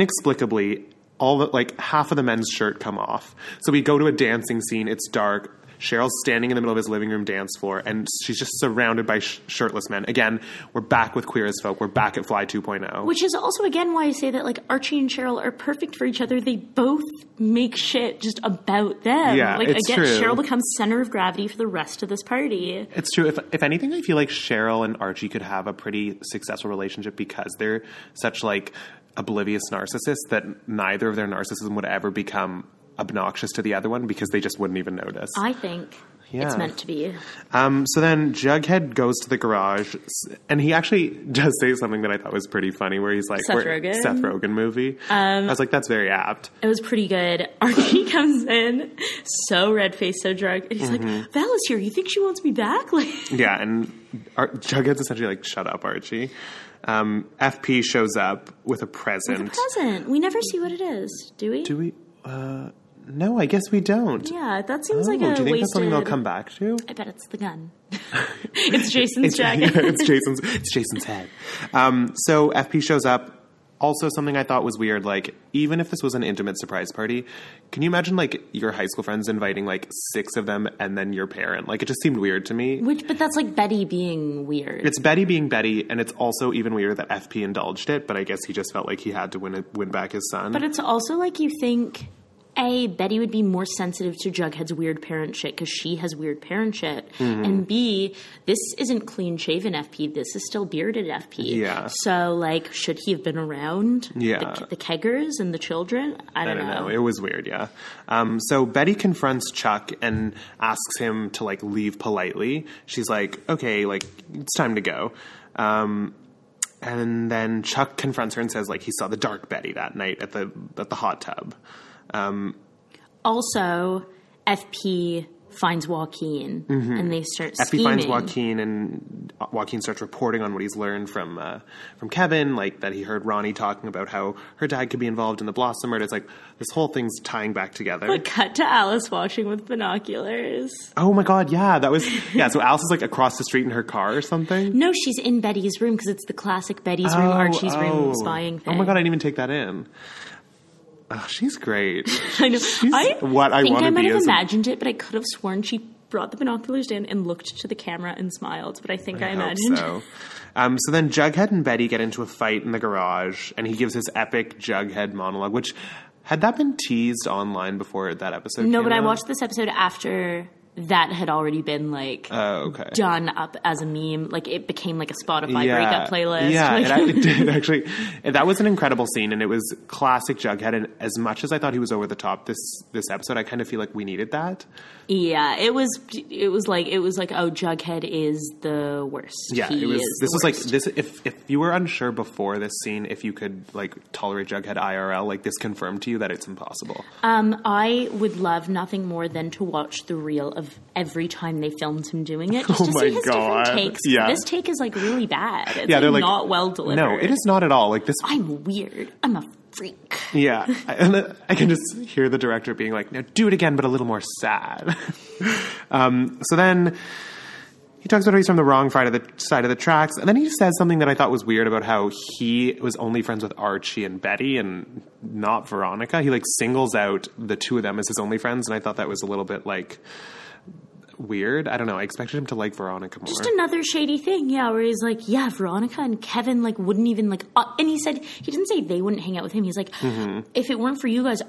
S2: inexplicably, all the like half of the men's shirt come off. So we go to a dancing scene. It's dark. Cheryl's standing in the middle of his living room dance floor, and she's just surrounded by sh- shirtless men. Again, we're back with Queer as Folk. We're back at Fly oh. 2.0.
S1: Which is also again why I say that like Archie and Cheryl are perfect for each other. They both make shit just about them.
S2: Yeah,
S1: like
S2: it's
S1: again,
S2: true.
S1: Cheryl becomes center of gravity for the rest of this party.
S2: It's true. If, if anything, I feel like Cheryl and Archie could have a pretty successful relationship because they're such like oblivious narcissists that neither of their narcissism would ever become obnoxious to the other one because they just wouldn't even notice.
S1: I think
S2: Yeah.
S1: it's meant to be.
S2: Um, so then Jughead goes to the garage, s- and he actually does say something that I thought was pretty funny, where he's like,
S1: Seth
S2: we're-
S1: Rogen? Um,
S2: Seth Rogen movie." I was like, "That's very apt."
S1: It was pretty good. Archie comes in, so red faced, so drunk, and he's
S2: Mm-hmm.
S1: like, "Val is here. You think she wants me back?" Like,
S2: Yeah, and Ar- Jughead's essentially like, "Shut up, Archie." Um, FP shows up with a present.
S1: present. We never see what it is, do we?
S2: Do we? Uh, no, I guess we don't.
S1: yeah, that seems like
S2: Oh,
S1: a
S2: do you think
S1: wasted.
S2: that's something they'll come back to?
S1: I bet it's the gun. it's Jason's jacket.
S2: Yeah, it's Jason's. It's Jason's head. Um, so FP shows up. Also, something I thought was weird. Like, even if this was an intimate surprise party, can you imagine like your high school friends inviting like six of them and then your parent? Like, it just seemed weird to me.
S1: Which, but that's like Betty being weird.
S2: It's Betty being Betty, and it's also even weirder that FP indulged it. But I guess he just felt like he had to win it, win back his son.
S1: But it's also like you think A, Betty would be more sensitive to Jughead's weird parent shit because she has weird parent shit.
S2: Mm-hmm.
S1: And B, this isn't clean shaven FP. This is still bearded FP.
S2: Yeah.
S1: So, like, should he have been around
S2: Yeah.
S1: the, the keggers and the children? I
S2: I
S1: don't,
S2: don't know. It was weird, yeah. Um, so Betty confronts Chuck and asks him to like leave politely. She's like, "Okay, like it's time to go." Um, and then Chuck confronts her and says, "Like he saw the dark Betty that night at the at the hot tub."
S1: Also, FP finds Joaquin and they start
S2: He
S1: scheming.
S2: Mm-hmm. finds Joaquin, and uh, Joaquin starts reporting on what he's learned from uh, from Kevin, like that he heard Ronnie talking about how her dad could be involved in the Blossom murder. It's like this whole thing's tying back together.
S1: Cut to Alice watching with binoculars.
S2: oh my god, yeah, that was yeah. So Alice is like across the street in her car or something.
S1: No, she's in Betty's room because it's the classic Betty's room, Archie's room spying thing.
S2: Oh my god, I didn't even take that in. Oh, she's great.
S1: I know. I
S2: what I
S1: think
S2: wanna
S1: I might
S2: be
S1: have
S2: as a-
S1: imagined it, but I could have sworn she brought the binoculars down and looked to the camera and smiled. But I think I,
S2: I hope
S1: imagined.
S2: so. Um, so then Jughead and Betty get into a fight in the garage, and he gives his epic Jughead monologue, which had that been teased online before that episode?
S1: No,
S2: came
S1: but I
S2: out?
S1: watched this episode after that had already been like
S2: Oh, okay.
S1: done up as a meme. Like it became like a Spotify
S2: yeah,
S1: breakup playlist.
S2: Yeah,
S1: Like,
S2: it, ac- it did actually. and that was an incredible scene, and it was classic Jughead. And as much as I thought he was over the top this this episode, I kind of feel like we needed that.
S1: yeah. It was. It was like it was like oh, Jughead is the worst.
S2: Yeah,
S1: He
S2: it was.
S1: is the
S2: This was like
S1: worst.
S2: this. If if you were unsure before this scene, if you could like tolerate Jughead IRL, like this confirmed to you that it's impossible.
S1: Um, I would love nothing more than to watch the reel of every time they filmed him doing it, just
S2: Oh
S1: to
S2: my
S1: see his
S2: God.
S1: different takes.
S2: Yeah.
S1: This take is like really bad. It's
S2: yeah, they're like
S1: not well delivered.
S2: No, it is not at all. Like this.
S1: I'm weird. I'm a freak.
S2: Yeah, I, and I can just hear the director being like, "No, do it again, but a little more sad." um, so then He talks about how he's from the wrong side of the side of the tracks, and then he says something that I thought was weird about how he was only friends with Archie and Betty and not Veronica. He like singles out the two of them as his only friends, and I thought that was a little bit like weird. I don't know. I expected him to like Veronica more.
S1: Just another shady thing, yeah, where he's like, yeah, Veronica and Kevin like wouldn't even like uh, and he said he didn't say they wouldn't hang out with him. He's like,
S2: Mm-hmm.
S1: if it weren't for you guys,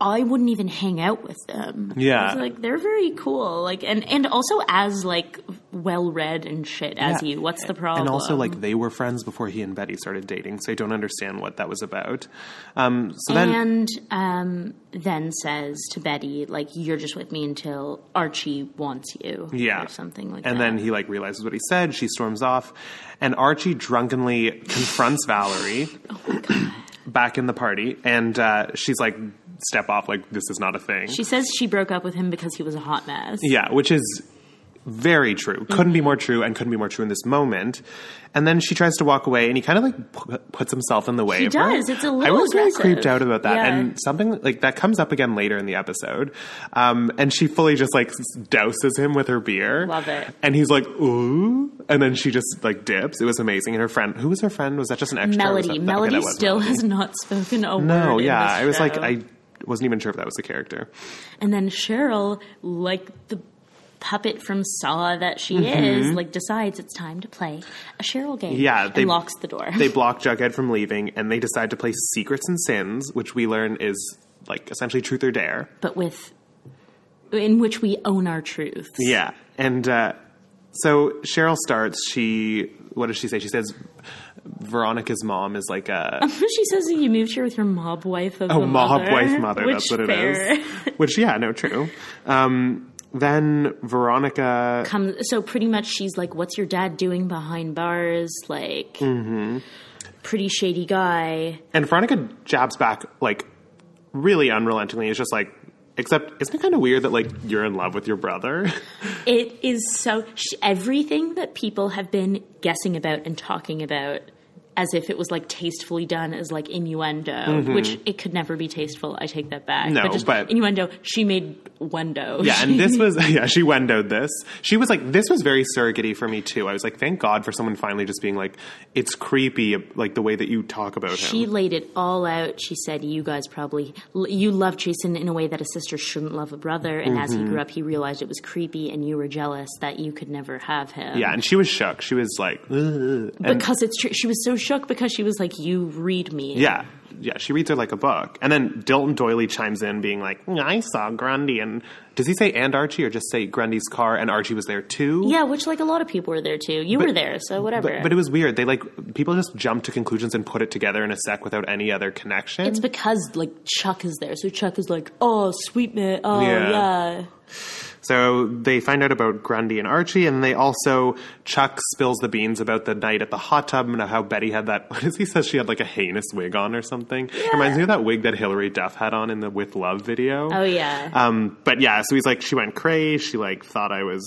S1: I wouldn't even hang out with them.
S2: Yeah.
S1: He's like they're very cool. Like and and also as like well read and shit as
S2: Yeah.
S1: you. What's the problem?
S2: And also, like they were friends before he and Betty started dating, so I don't understand what that was about. Um, so then,
S1: and um, then says to Betty, like, you're just with me until Archie wants you.
S2: Yeah.
S1: Or something like
S2: and
S1: that.
S2: then he like realizes what he said. She storms off, and Archie drunkenly confronts Valerie
S1: Oh
S2: back in the party, and uh, she's like, "Step off! Like this is not a thing."
S1: she says she broke up with him because he was a hot mess.
S2: Yeah, which is very true. Couldn't be more true, and couldn't be more true in this moment. And then she tries to walk away, and he kind of like p- puts himself in the way.
S1: He
S2: of her.
S1: does. It's a
S2: I
S1: little
S2: was really
S1: aggressive.
S2: creeped out about that,
S1: Yeah.
S2: and something like that comes up again later in the episode. Um, and she fully just like s- douses him with her beer.
S1: Love it.
S2: And he's like, ooh, and then she just like dips. It was amazing. And her friend, who was her friend? Was that just an extra? or was
S1: Melody.
S2: that- okay,
S1: Melody
S2: that was
S1: still
S2: Melody.
S1: has not spoken a word.
S2: No,
S1: in
S2: yeah,
S1: this
S2: I was like,
S1: show.
S2: I wasn't even sure if that was a character.
S1: And then Cheryl, like the puppet from Saw that she
S2: Mm-hmm.
S1: is, like decides it's time to play a Cheryl game.
S2: Yeah, they-
S1: and locks the door.
S2: they block Jughead from leaving, and they decide to play Secrets and Sins, which we learn is like essentially Truth or Dare.
S1: but with in which we own our truth.
S2: Yeah, and uh, so Cheryl starts. She what does she say? She says Veronica's mom is like a
S1: she says that you moved here with your mob wife of
S2: oh,
S1: the
S2: mob
S1: mother,
S2: wife mother.
S1: which
S2: That's what it
S1: fair.
S2: is. Which yeah, no, true. Um, then Veronica
S1: Comes, so pretty much she's like, "What's your dad doing behind bars?" Like,
S2: Mm-hmm.
S1: pretty shady guy.
S2: and Veronica jabs back like really unrelentingly. It's just like. Except, isn't it kind of weird that like you're in love with your brother?
S1: It is so sh- everything that people have been guessing about and talking about. As if it was like tastefully done as like innuendo, which it could never be tasteful. I take that back.
S2: Mm-hmm. No,
S1: but, just
S2: but-
S1: innuendo. She made wendo.
S2: Yeah, and this was yeah, she windowed this. She was like, this was very surrogatey for me too. I was like, thank God for someone finally just being like, it's creepy, like the way that you talk about
S1: She
S2: him.
S1: laid it all out. She said, "You guys probably you love Jason in a way that a sister shouldn't love a brother." And as he
S2: Mm-hmm.
S1: grew up, he realized it was creepy, and you were jealous that you could never have him.
S2: Yeah, and she was shook. She was like, "Ugh." and
S1: because it's true. She was so shook because she was like, "You read me."
S2: yeah, yeah, she reads her like a book. And then Dilton Doily chimes in, being like, "Mm, I saw Grundy, and does he say and Archie or just say Grundy's car and Archie was there too?
S1: Yeah, which like a lot of people were there too. You were there, so whatever.
S2: But, but it was weird. They like people just jumped to conclusions and put it together in a sec without any other connection.
S1: it's because like Chuck is there, so Chuck is like, "Oh, sweet man, oh
S2: Yeah.
S1: yeah."
S2: So they find out about Grundy and Archie, and they also Chuck spills the beans about the night at the hot tub and how Betty had that. What is he says? She had like a heinous wig on or something. Reminds me of that wig that Hilary Duff had on in the With Love video.
S1: Oh yeah.
S2: Um, but yeah, so he's like, she went crazy. She like thought I was.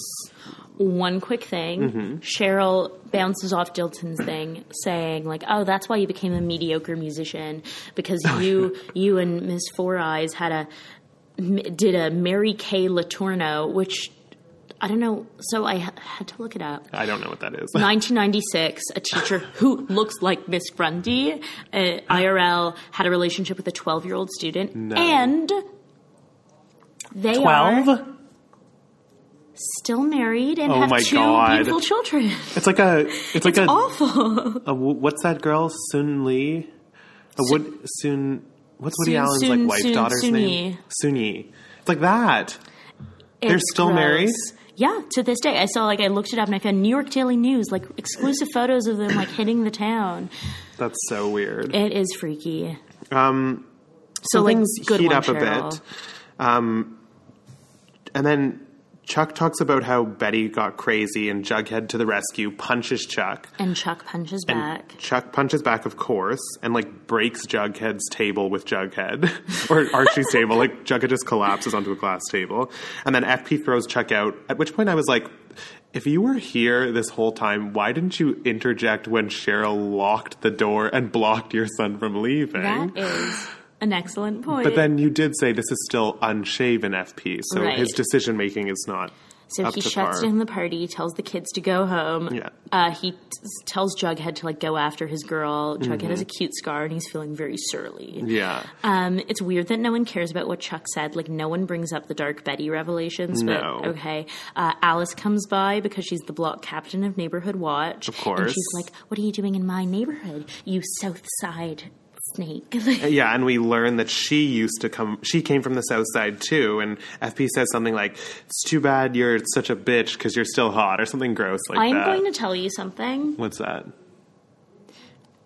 S1: one quick thing.
S2: Mm-hmm.
S1: Cheryl bounces off Dilton's thing, saying like, "Oh, that's why you became a mediocre musician because you you and Miss Four Eyes had a m- did a Mary Kay Letourneau, which I don't know. So I h- had to look it up.
S2: I don't know what that is.
S1: 1996, a teacher who looks like Miss Grundy, uh, IRL, had a relationship with a 12 year old student, and they are
S2: Twelve.
S1: still married and
S2: Oh my
S1: have two
S2: God.
S1: beautiful children.
S2: It's like a. It's, like a,
S1: awful.
S2: a. w- What's that girl? Sun Lee. A Wood Sun. What's Woody
S1: Sun-
S2: Allen's
S1: Sun-
S2: like wife
S1: Sun-
S2: daughter's
S1: Sun
S2: name? Sunyi. It's like that. They're still married?
S1: Yeah, to this day. I saw like I looked it up and I found New York Daily News, like exclusive photos of them like hitting the town.
S2: That's so weird.
S1: It is freaky. Um so,
S2: so
S1: like
S2: things
S1: good
S2: heat
S1: one,
S2: up a
S1: Cheryl.
S2: bit. Um, and then Chuck talks about how Betty got crazy and Jughead to the rescue punches Chuck.
S1: And Chuck punches back.
S2: Chuck punches back, of course, and like breaks Jughead's table with Jughead or Archie's table. Like Jughead just collapses onto a glass table, and then FP throws Chuck out. At which point, I was like, "If you were here this whole time, why didn't you interject when Cheryl locked the door and blocked your son from leaving?"
S1: That is an excellent point.
S2: But then you did say this is still unshaven FP, so
S1: Right.
S2: his decision making is not
S1: So
S2: Up
S1: he
S2: to
S1: shuts
S2: par.
S1: down the party, tells the kids to go home.
S2: Yeah.
S1: Uh, he t- tells Jughead to like go after his girl. Jughead
S2: Mm-hmm.
S1: has a cute scar and he's feeling very surly.
S2: Yeah.
S1: Um, it's weird that no one cares about what Chuck said. Like, no one brings up the Dark Betty revelations.
S2: No.
S1: But okay, uh, Alice comes by because she's the block captain of Neighborhood Watch. Of
S2: course.
S1: and she's like, "What are you doing in my neighborhood, you South Side snake?"
S2: Yeah, and we learn that she used to come. She came from the South Side too, and FP says something like, "It's too bad you're such a bitch because you're still hot," or something gross like
S1: I'm
S2: that.
S1: going to tell you something.
S2: What's that?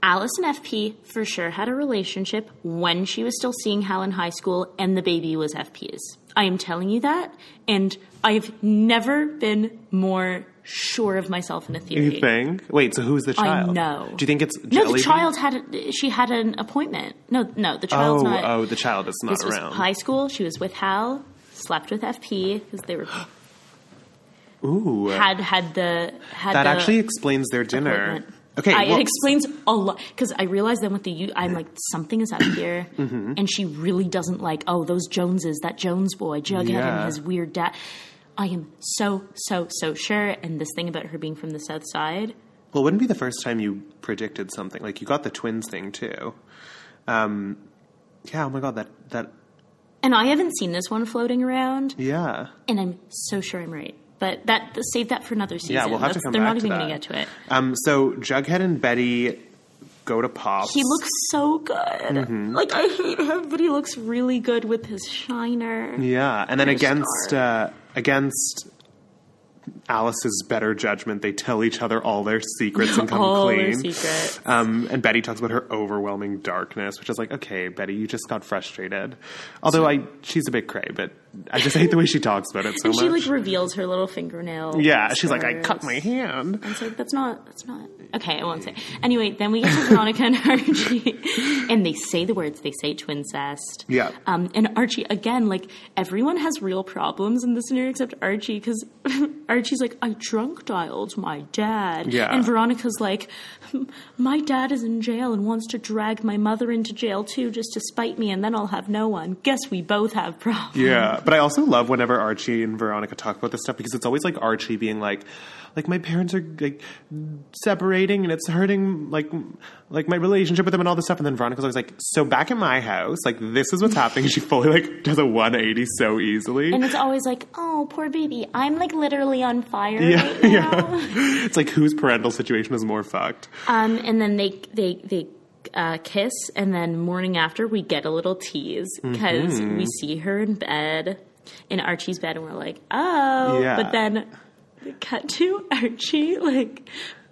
S1: Alice and FP for sure had a relationship when she was still seeing Hal in high school, and the baby was FP's. I am telling you that, and I've never been more sure of myself in a theory.
S2: You think? Wait, so who's the child?
S1: know.
S2: Do you think it's
S1: No,
S2: Jelly
S1: the child had a, she had an appointment. No, no, the
S2: Oh,
S1: child's not.
S2: oh, the child is not
S1: this was
S2: around.
S1: high school. She was with Hal, slept with FP because they were
S2: Ooh,
S1: had had the had
S2: that
S1: the
S2: actually explains their dinner.
S1: appointment.
S2: Okay,
S1: I,
S2: well,
S1: it explains a lot because I realized then with the U, I'm like something is up here,
S2: Mm-hmm.
S1: and she really doesn't like oh those Joneses that Jones boy Jughead
S2: Yeah.
S1: and his weird dad. I am so so so sure, and this thing about her being from the South Side.
S2: well, it wouldn't be the first time you predicted something like you got the twins thing too. Um, yeah. Oh my god, that that
S1: And I haven't seen this one floating around.
S2: yeah.
S1: and I'm so sure I'm right. But that save that for another season.
S2: we'll have to
S1: That's-
S2: come
S1: They're
S2: back
S1: not
S2: to
S1: even
S2: that.
S1: to get to it.
S2: Um, so Jughead and Betty go to Pops.
S1: He looks so good.
S2: Mm-hmm.
S1: Like I hate him, but he looks really good with his shiner.
S2: Yeah, and then against uh, against Alice's better judgment, they tell each other all their secrets and come
S1: All their
S2: clean.
S1: secrets.
S2: Um, and Betty talks about her overwhelming darkness, which is like, okay, Betty, you just got frustrated. Although I, she's a bit cray, but I just hate the way she talks about it so
S1: And
S2: much.
S1: she like reveals her little fingernail.
S2: yeah, she's like, I
S1: scars.
S2: cut my hand.
S1: It's like that's not that's not okay. I won't say. Anyway, then we get to Veronica and Archie, and they say the words. They say twincest.
S2: Yeah.
S1: Um, and Archie again, like everyone has real problems in this scenario except Archie because Archie's like, I drunk dialed my dad.
S2: Yeah.
S1: And Veronica's like, my dad is in jail and wants to drag my mother into jail too, just to spite me, and then I'll have no one. Guess we both have problems.
S2: Yeah, but I also love whenever Archie and Veronica talk about this stuff because it's always like Archie being like, like my parents are like separating and it's hurting like like my relationship with them and all this stuff. And then Veronica's always like, so back at my house, like this is what's happening. And she fully like does a one eighty so easily.
S1: And it's always like, oh, poor baby, I'm like literally on fire right now.
S2: yeah. it's like whose parental situation is more fucked.
S1: Um, and then they they they uh, kiss, and then morning after we get a little tease
S2: Mm-hmm.
S1: because we see her in bed, in Archie's bed, and we're like, oh,
S2: Yeah.
S1: but then we cut to Archie like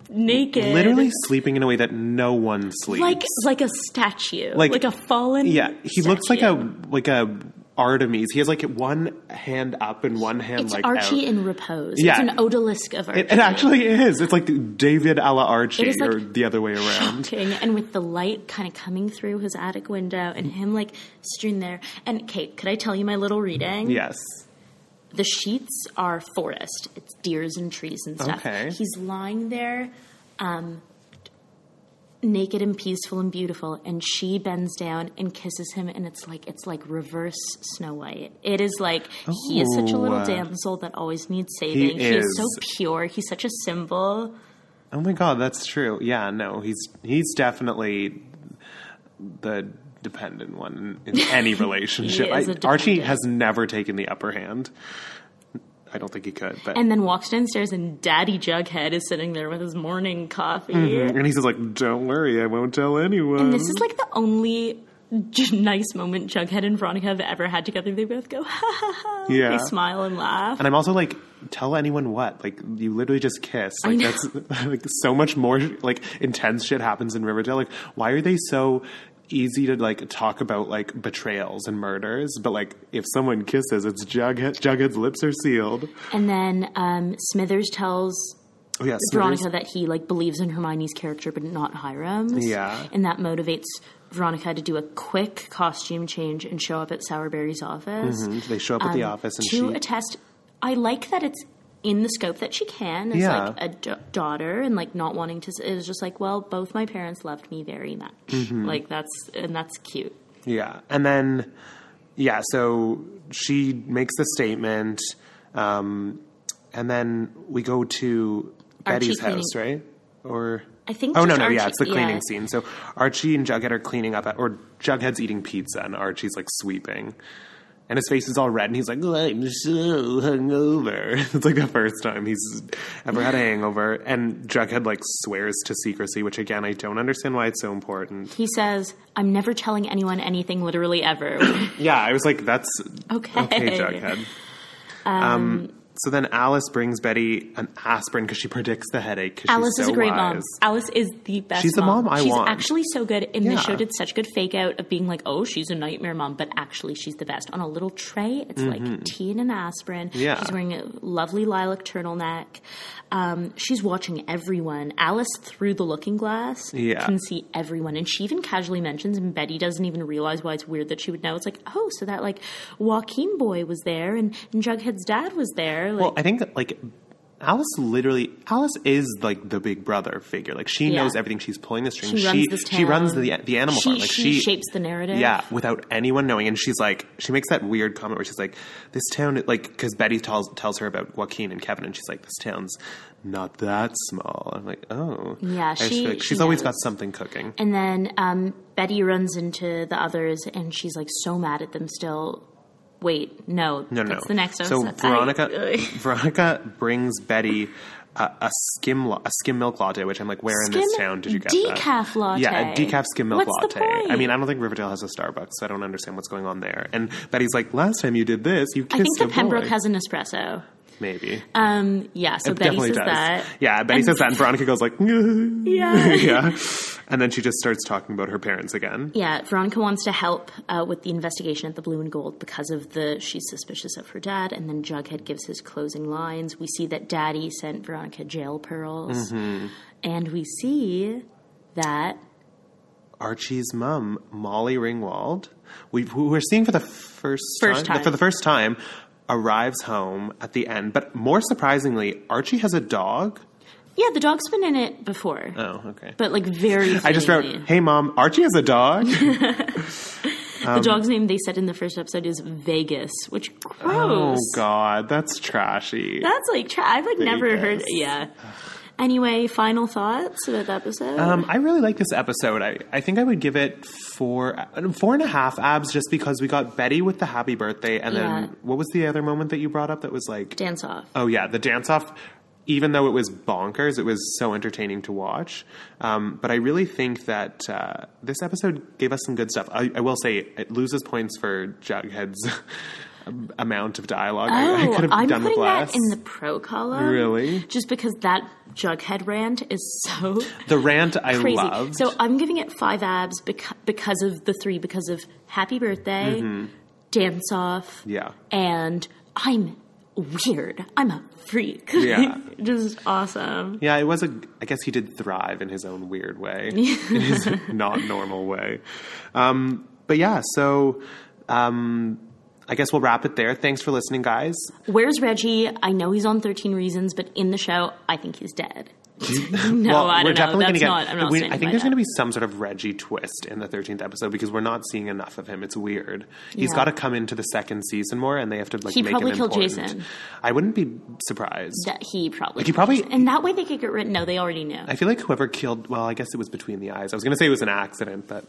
S1: naked,
S2: Literally sleeping in a way that no one sleeps.
S1: like like a statue,
S2: Like-
S1: like, a fallen.
S2: yeah, he looks like
S1: statue.
S2: a like a Artemis. He has like one hand up and one hand
S1: It's
S2: like
S1: Archie
S2: out.
S1: in repose.
S2: Yeah.
S1: It's an odalisk of Archie.
S2: It, it actually is. It's like David a la Archie,
S1: It is like-
S2: or the other way around.
S1: King, and with the light kind of coming through his attic window, and him like strewn there. And Kate, could I tell you my little reading?
S2: Yes.
S1: The sheets are forest. It's deers and trees and stuff.
S2: Okay.
S1: He's lying there, um, naked and peaceful and beautiful, and she bends down and kisses him, and it's like it's like reverse Snow White. It is like he is such a
S2: Ooh.
S1: little damsel that always needs saving. He, is.
S2: is.
S1: so pure. He's such a symbol.
S2: Oh my god, that's true. Yeah, no, he's he's definitely the dependent one in any relationship.
S1: is a
S2: Archie
S1: dependent.
S2: has never taken the upper hand. I don't think he could, but and,
S1: And then walks downstairs, and Daddy Jughead is sitting there with his morning coffee.
S2: he says like, "Don't worry, I won't tell anyone."
S1: And this is like the only j- nice moment Jughead and Veronica have ever had together. They both go, ha ha ha.
S2: Yeah.
S1: They smile and laugh.
S2: And I'm also like, tell anyone what? Like, you literally just kiss. Like,
S1: know.
S2: that's like so much more like intense shit happens in Riverdale. Like, why are they so easy to like talk about like betrayals and murders? But like, if someone kisses, it's Jughead. Jughead's lips are sealed.
S1: And then um, Smithers tells
S2: Oh yeah, Smithers-
S1: Veronica that he like believes in Hermione's character, but not Hiram's.
S2: Yeah.
S1: And that motivates Veronica to do a quick costume change and show up at Sourberry's office.
S2: They show up at
S1: Um,
S2: the office and
S1: to
S2: she.
S1: attest. I like that it's in the scope that she can as
S2: Yeah.
S1: like a da- daughter and like not wanting to. s- It was just like, well, both my parents loved me very much.
S2: Mm-hmm.
S1: Like that's and that's cute.
S2: Yeah. And then, yeah, so she makes the statement. Um, and then we go to
S1: Archie
S2: Betty's
S1: cleaning-
S2: house, right? Or
S1: I think
S2: Oh no,
S1: just
S2: no, yeah,
S1: Archie-
S2: it's the cleaning
S1: yeah.
S2: scene. So Archie and Jughead are cleaning up, at, or Jughead's eating pizza, and Archie's like sweeping, and his face is all red, and he's like, "I'm so hungover." It's like the first time he's ever had a hangover, and Jughead like swears to secrecy, which again I don't understand why it's so important.
S1: He says, "I'm never telling anyone anything, literally ever."
S2: Yeah, I was like, "That's
S1: Okay.
S2: okay Jughead." Um, so then Alice brings Betty an aspirin because she predicts the headache. 'cause
S1: Alice
S2: she's
S1: is
S2: so
S1: a great
S2: wise.
S1: mom. Alice is the best.
S2: She's the mom I
S1: she's
S2: want.
S1: actually so good, and
S2: Yeah.
S1: the show did such a good fake out of being like, "Oh, she's a nightmare mom," but actually, she's the best. On a little tray, it's like tea and an aspirin.
S2: Mm-hmm. Yeah.
S1: she's wearing a lovely lilac turtleneck. Um, she's watching everyone. Alice through the looking glass
S2: Yeah.
S1: can see everyone, and she even casually mentions, and Betty doesn't even realize why it's weird that she would know. It's like, oh, so that like Joaquin boy was there, and, and Jughead's dad was there. Like,
S2: Well, I think that like Alice literally Alice is like the big brother figure. Like she
S1: Yeah.
S2: knows everything. She's pulling the strings.
S1: She runs this
S2: she runs
S1: town.
S2: the the animal
S1: she,
S2: farm. Like
S1: she shapes the narrative.
S2: yeah, without anyone knowing. And she's like, she makes that weird comment where she's like, this town, like, because Betty tells, tells her about Joaquin and Kevin, and she's like, this town's not that small. I'm like, oh.
S1: Yeah,
S2: I just
S1: she-
S2: feel like
S1: she
S2: she's always
S1: knows.
S2: got something cooking.
S1: And then um, Betty runs into the others, and she's like so mad at them still. Wait, no,
S2: No, no,
S1: that's
S2: no.
S1: the next
S2: So
S1: episode. I-
S2: Veronica, Veronica brings Betty uh, a skim lo- a skim milk latte, which I'm like, where in this
S1: Skim
S2: town did you get that?
S1: decaf latte.
S2: Yeah, a decaf skim milk
S1: What's the
S2: latte.
S1: point?
S2: I mean, I don't think Riverdale has a Starbucks. So I don't understand what's going on there. And Betty's like, last time you did this, you kissed
S1: I think the
S2: a boy."
S1: Pembroke has an espresso.
S2: maybe.
S1: Um, yeah, so
S2: It
S1: Betty
S2: definitely
S1: says
S2: does.
S1: that.
S2: Yeah, Betty
S1: And-
S2: says that, and Veronica goes like, yeah,
S1: Yeah.
S2: and then she just starts talking about her parents again.
S1: Yeah, Veronica wants to help uh, with the investigation at the Blue and Gold because of the she's suspicious of her dad, and then Jughead gives his closing lines. We see that Daddy sent Veronica jail pearls,
S2: Mm-hmm.
S1: and we see that
S2: Archie's mom, Molly Ringwald, we, who we're seeing for the first,
S1: First time.
S2: for the first time, arrives home at the end. But more surprisingly, Archie has a dog.
S1: yeah, the dog's been in it before.
S2: Oh, okay.
S1: but like very.
S2: I just wrote,
S1: vaguely.
S2: "Hey, mom, Archie has a dog." um,
S1: the dog's name. They said in the first episode is Vegas, which
S2: oh
S1: gross.
S2: God, that's trashy.
S1: That's like tra- I've like never
S2: Vegas.
S1: heard. Yeah. Anyway, final thoughts about the episode.
S2: Um, I really like this episode. I, I think I would give it four four and a half abs just because we got Betty with the happy birthday, and
S1: Yeah.
S2: then what was the other moment that you brought up that was like,
S1: Dance off.
S2: oh yeah, the dance off. Even though it was bonkers, it was so entertaining to watch. Um, but I really think that uh, this episode gave us some good stuff. I, I will say it loses points for Jughead's amount of dialogue.
S1: Oh,
S2: I, I could have
S1: am
S2: done with
S1: putting
S2: less.
S1: that in the pro column.
S2: Really?
S1: Just because that Jughead rant is so
S2: the rant I
S1: crazy.
S2: loved.
S1: So I'm giving it five abs beca- because of the three, because of Happy Birthday,
S2: Mm-hmm.
S1: Dance Off,
S2: yeah.
S1: and I'm weird. I'm a freak.
S2: Yeah.
S1: Just awesome.
S2: Yeah, it was a. I guess he did thrive in his own weird way, in his not normal way. Um, but yeah, so um, I guess we'll wrap it there. Thanks for listening, guys.
S1: Where's Reggie? I know he's on 13 Reasons, but in the show, I think he's dead. no, Oh, I don't know.
S2: gonna
S1: That's not. I'm not
S2: we-
S1: standing
S2: I think
S1: by
S2: there's
S1: that.
S2: going to be some sort of Reggie twist in the 13th episode because we're not seeing enough of him. It's weird. He's
S1: Yeah.
S2: got to come into the second season more, and they have to like
S1: He
S2: make
S1: probably
S2: him
S1: killed
S2: important.
S1: Jason.
S2: I wouldn't be surprised.
S1: that he probably
S2: he probably-
S1: and that way they could get written. No, they already knew.
S2: I feel like whoever killed. Well, I guess it was between the eyes. I was going to say it was an accident, but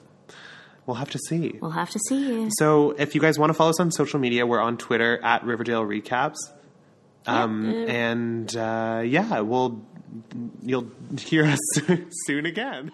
S2: we'll have to see.
S1: we'll have to see you.
S2: So if you guys want to follow us on social media, we're on Twitter at Riverdale Recaps. Um, and uh, yeah, we'll you'll hear us soon again.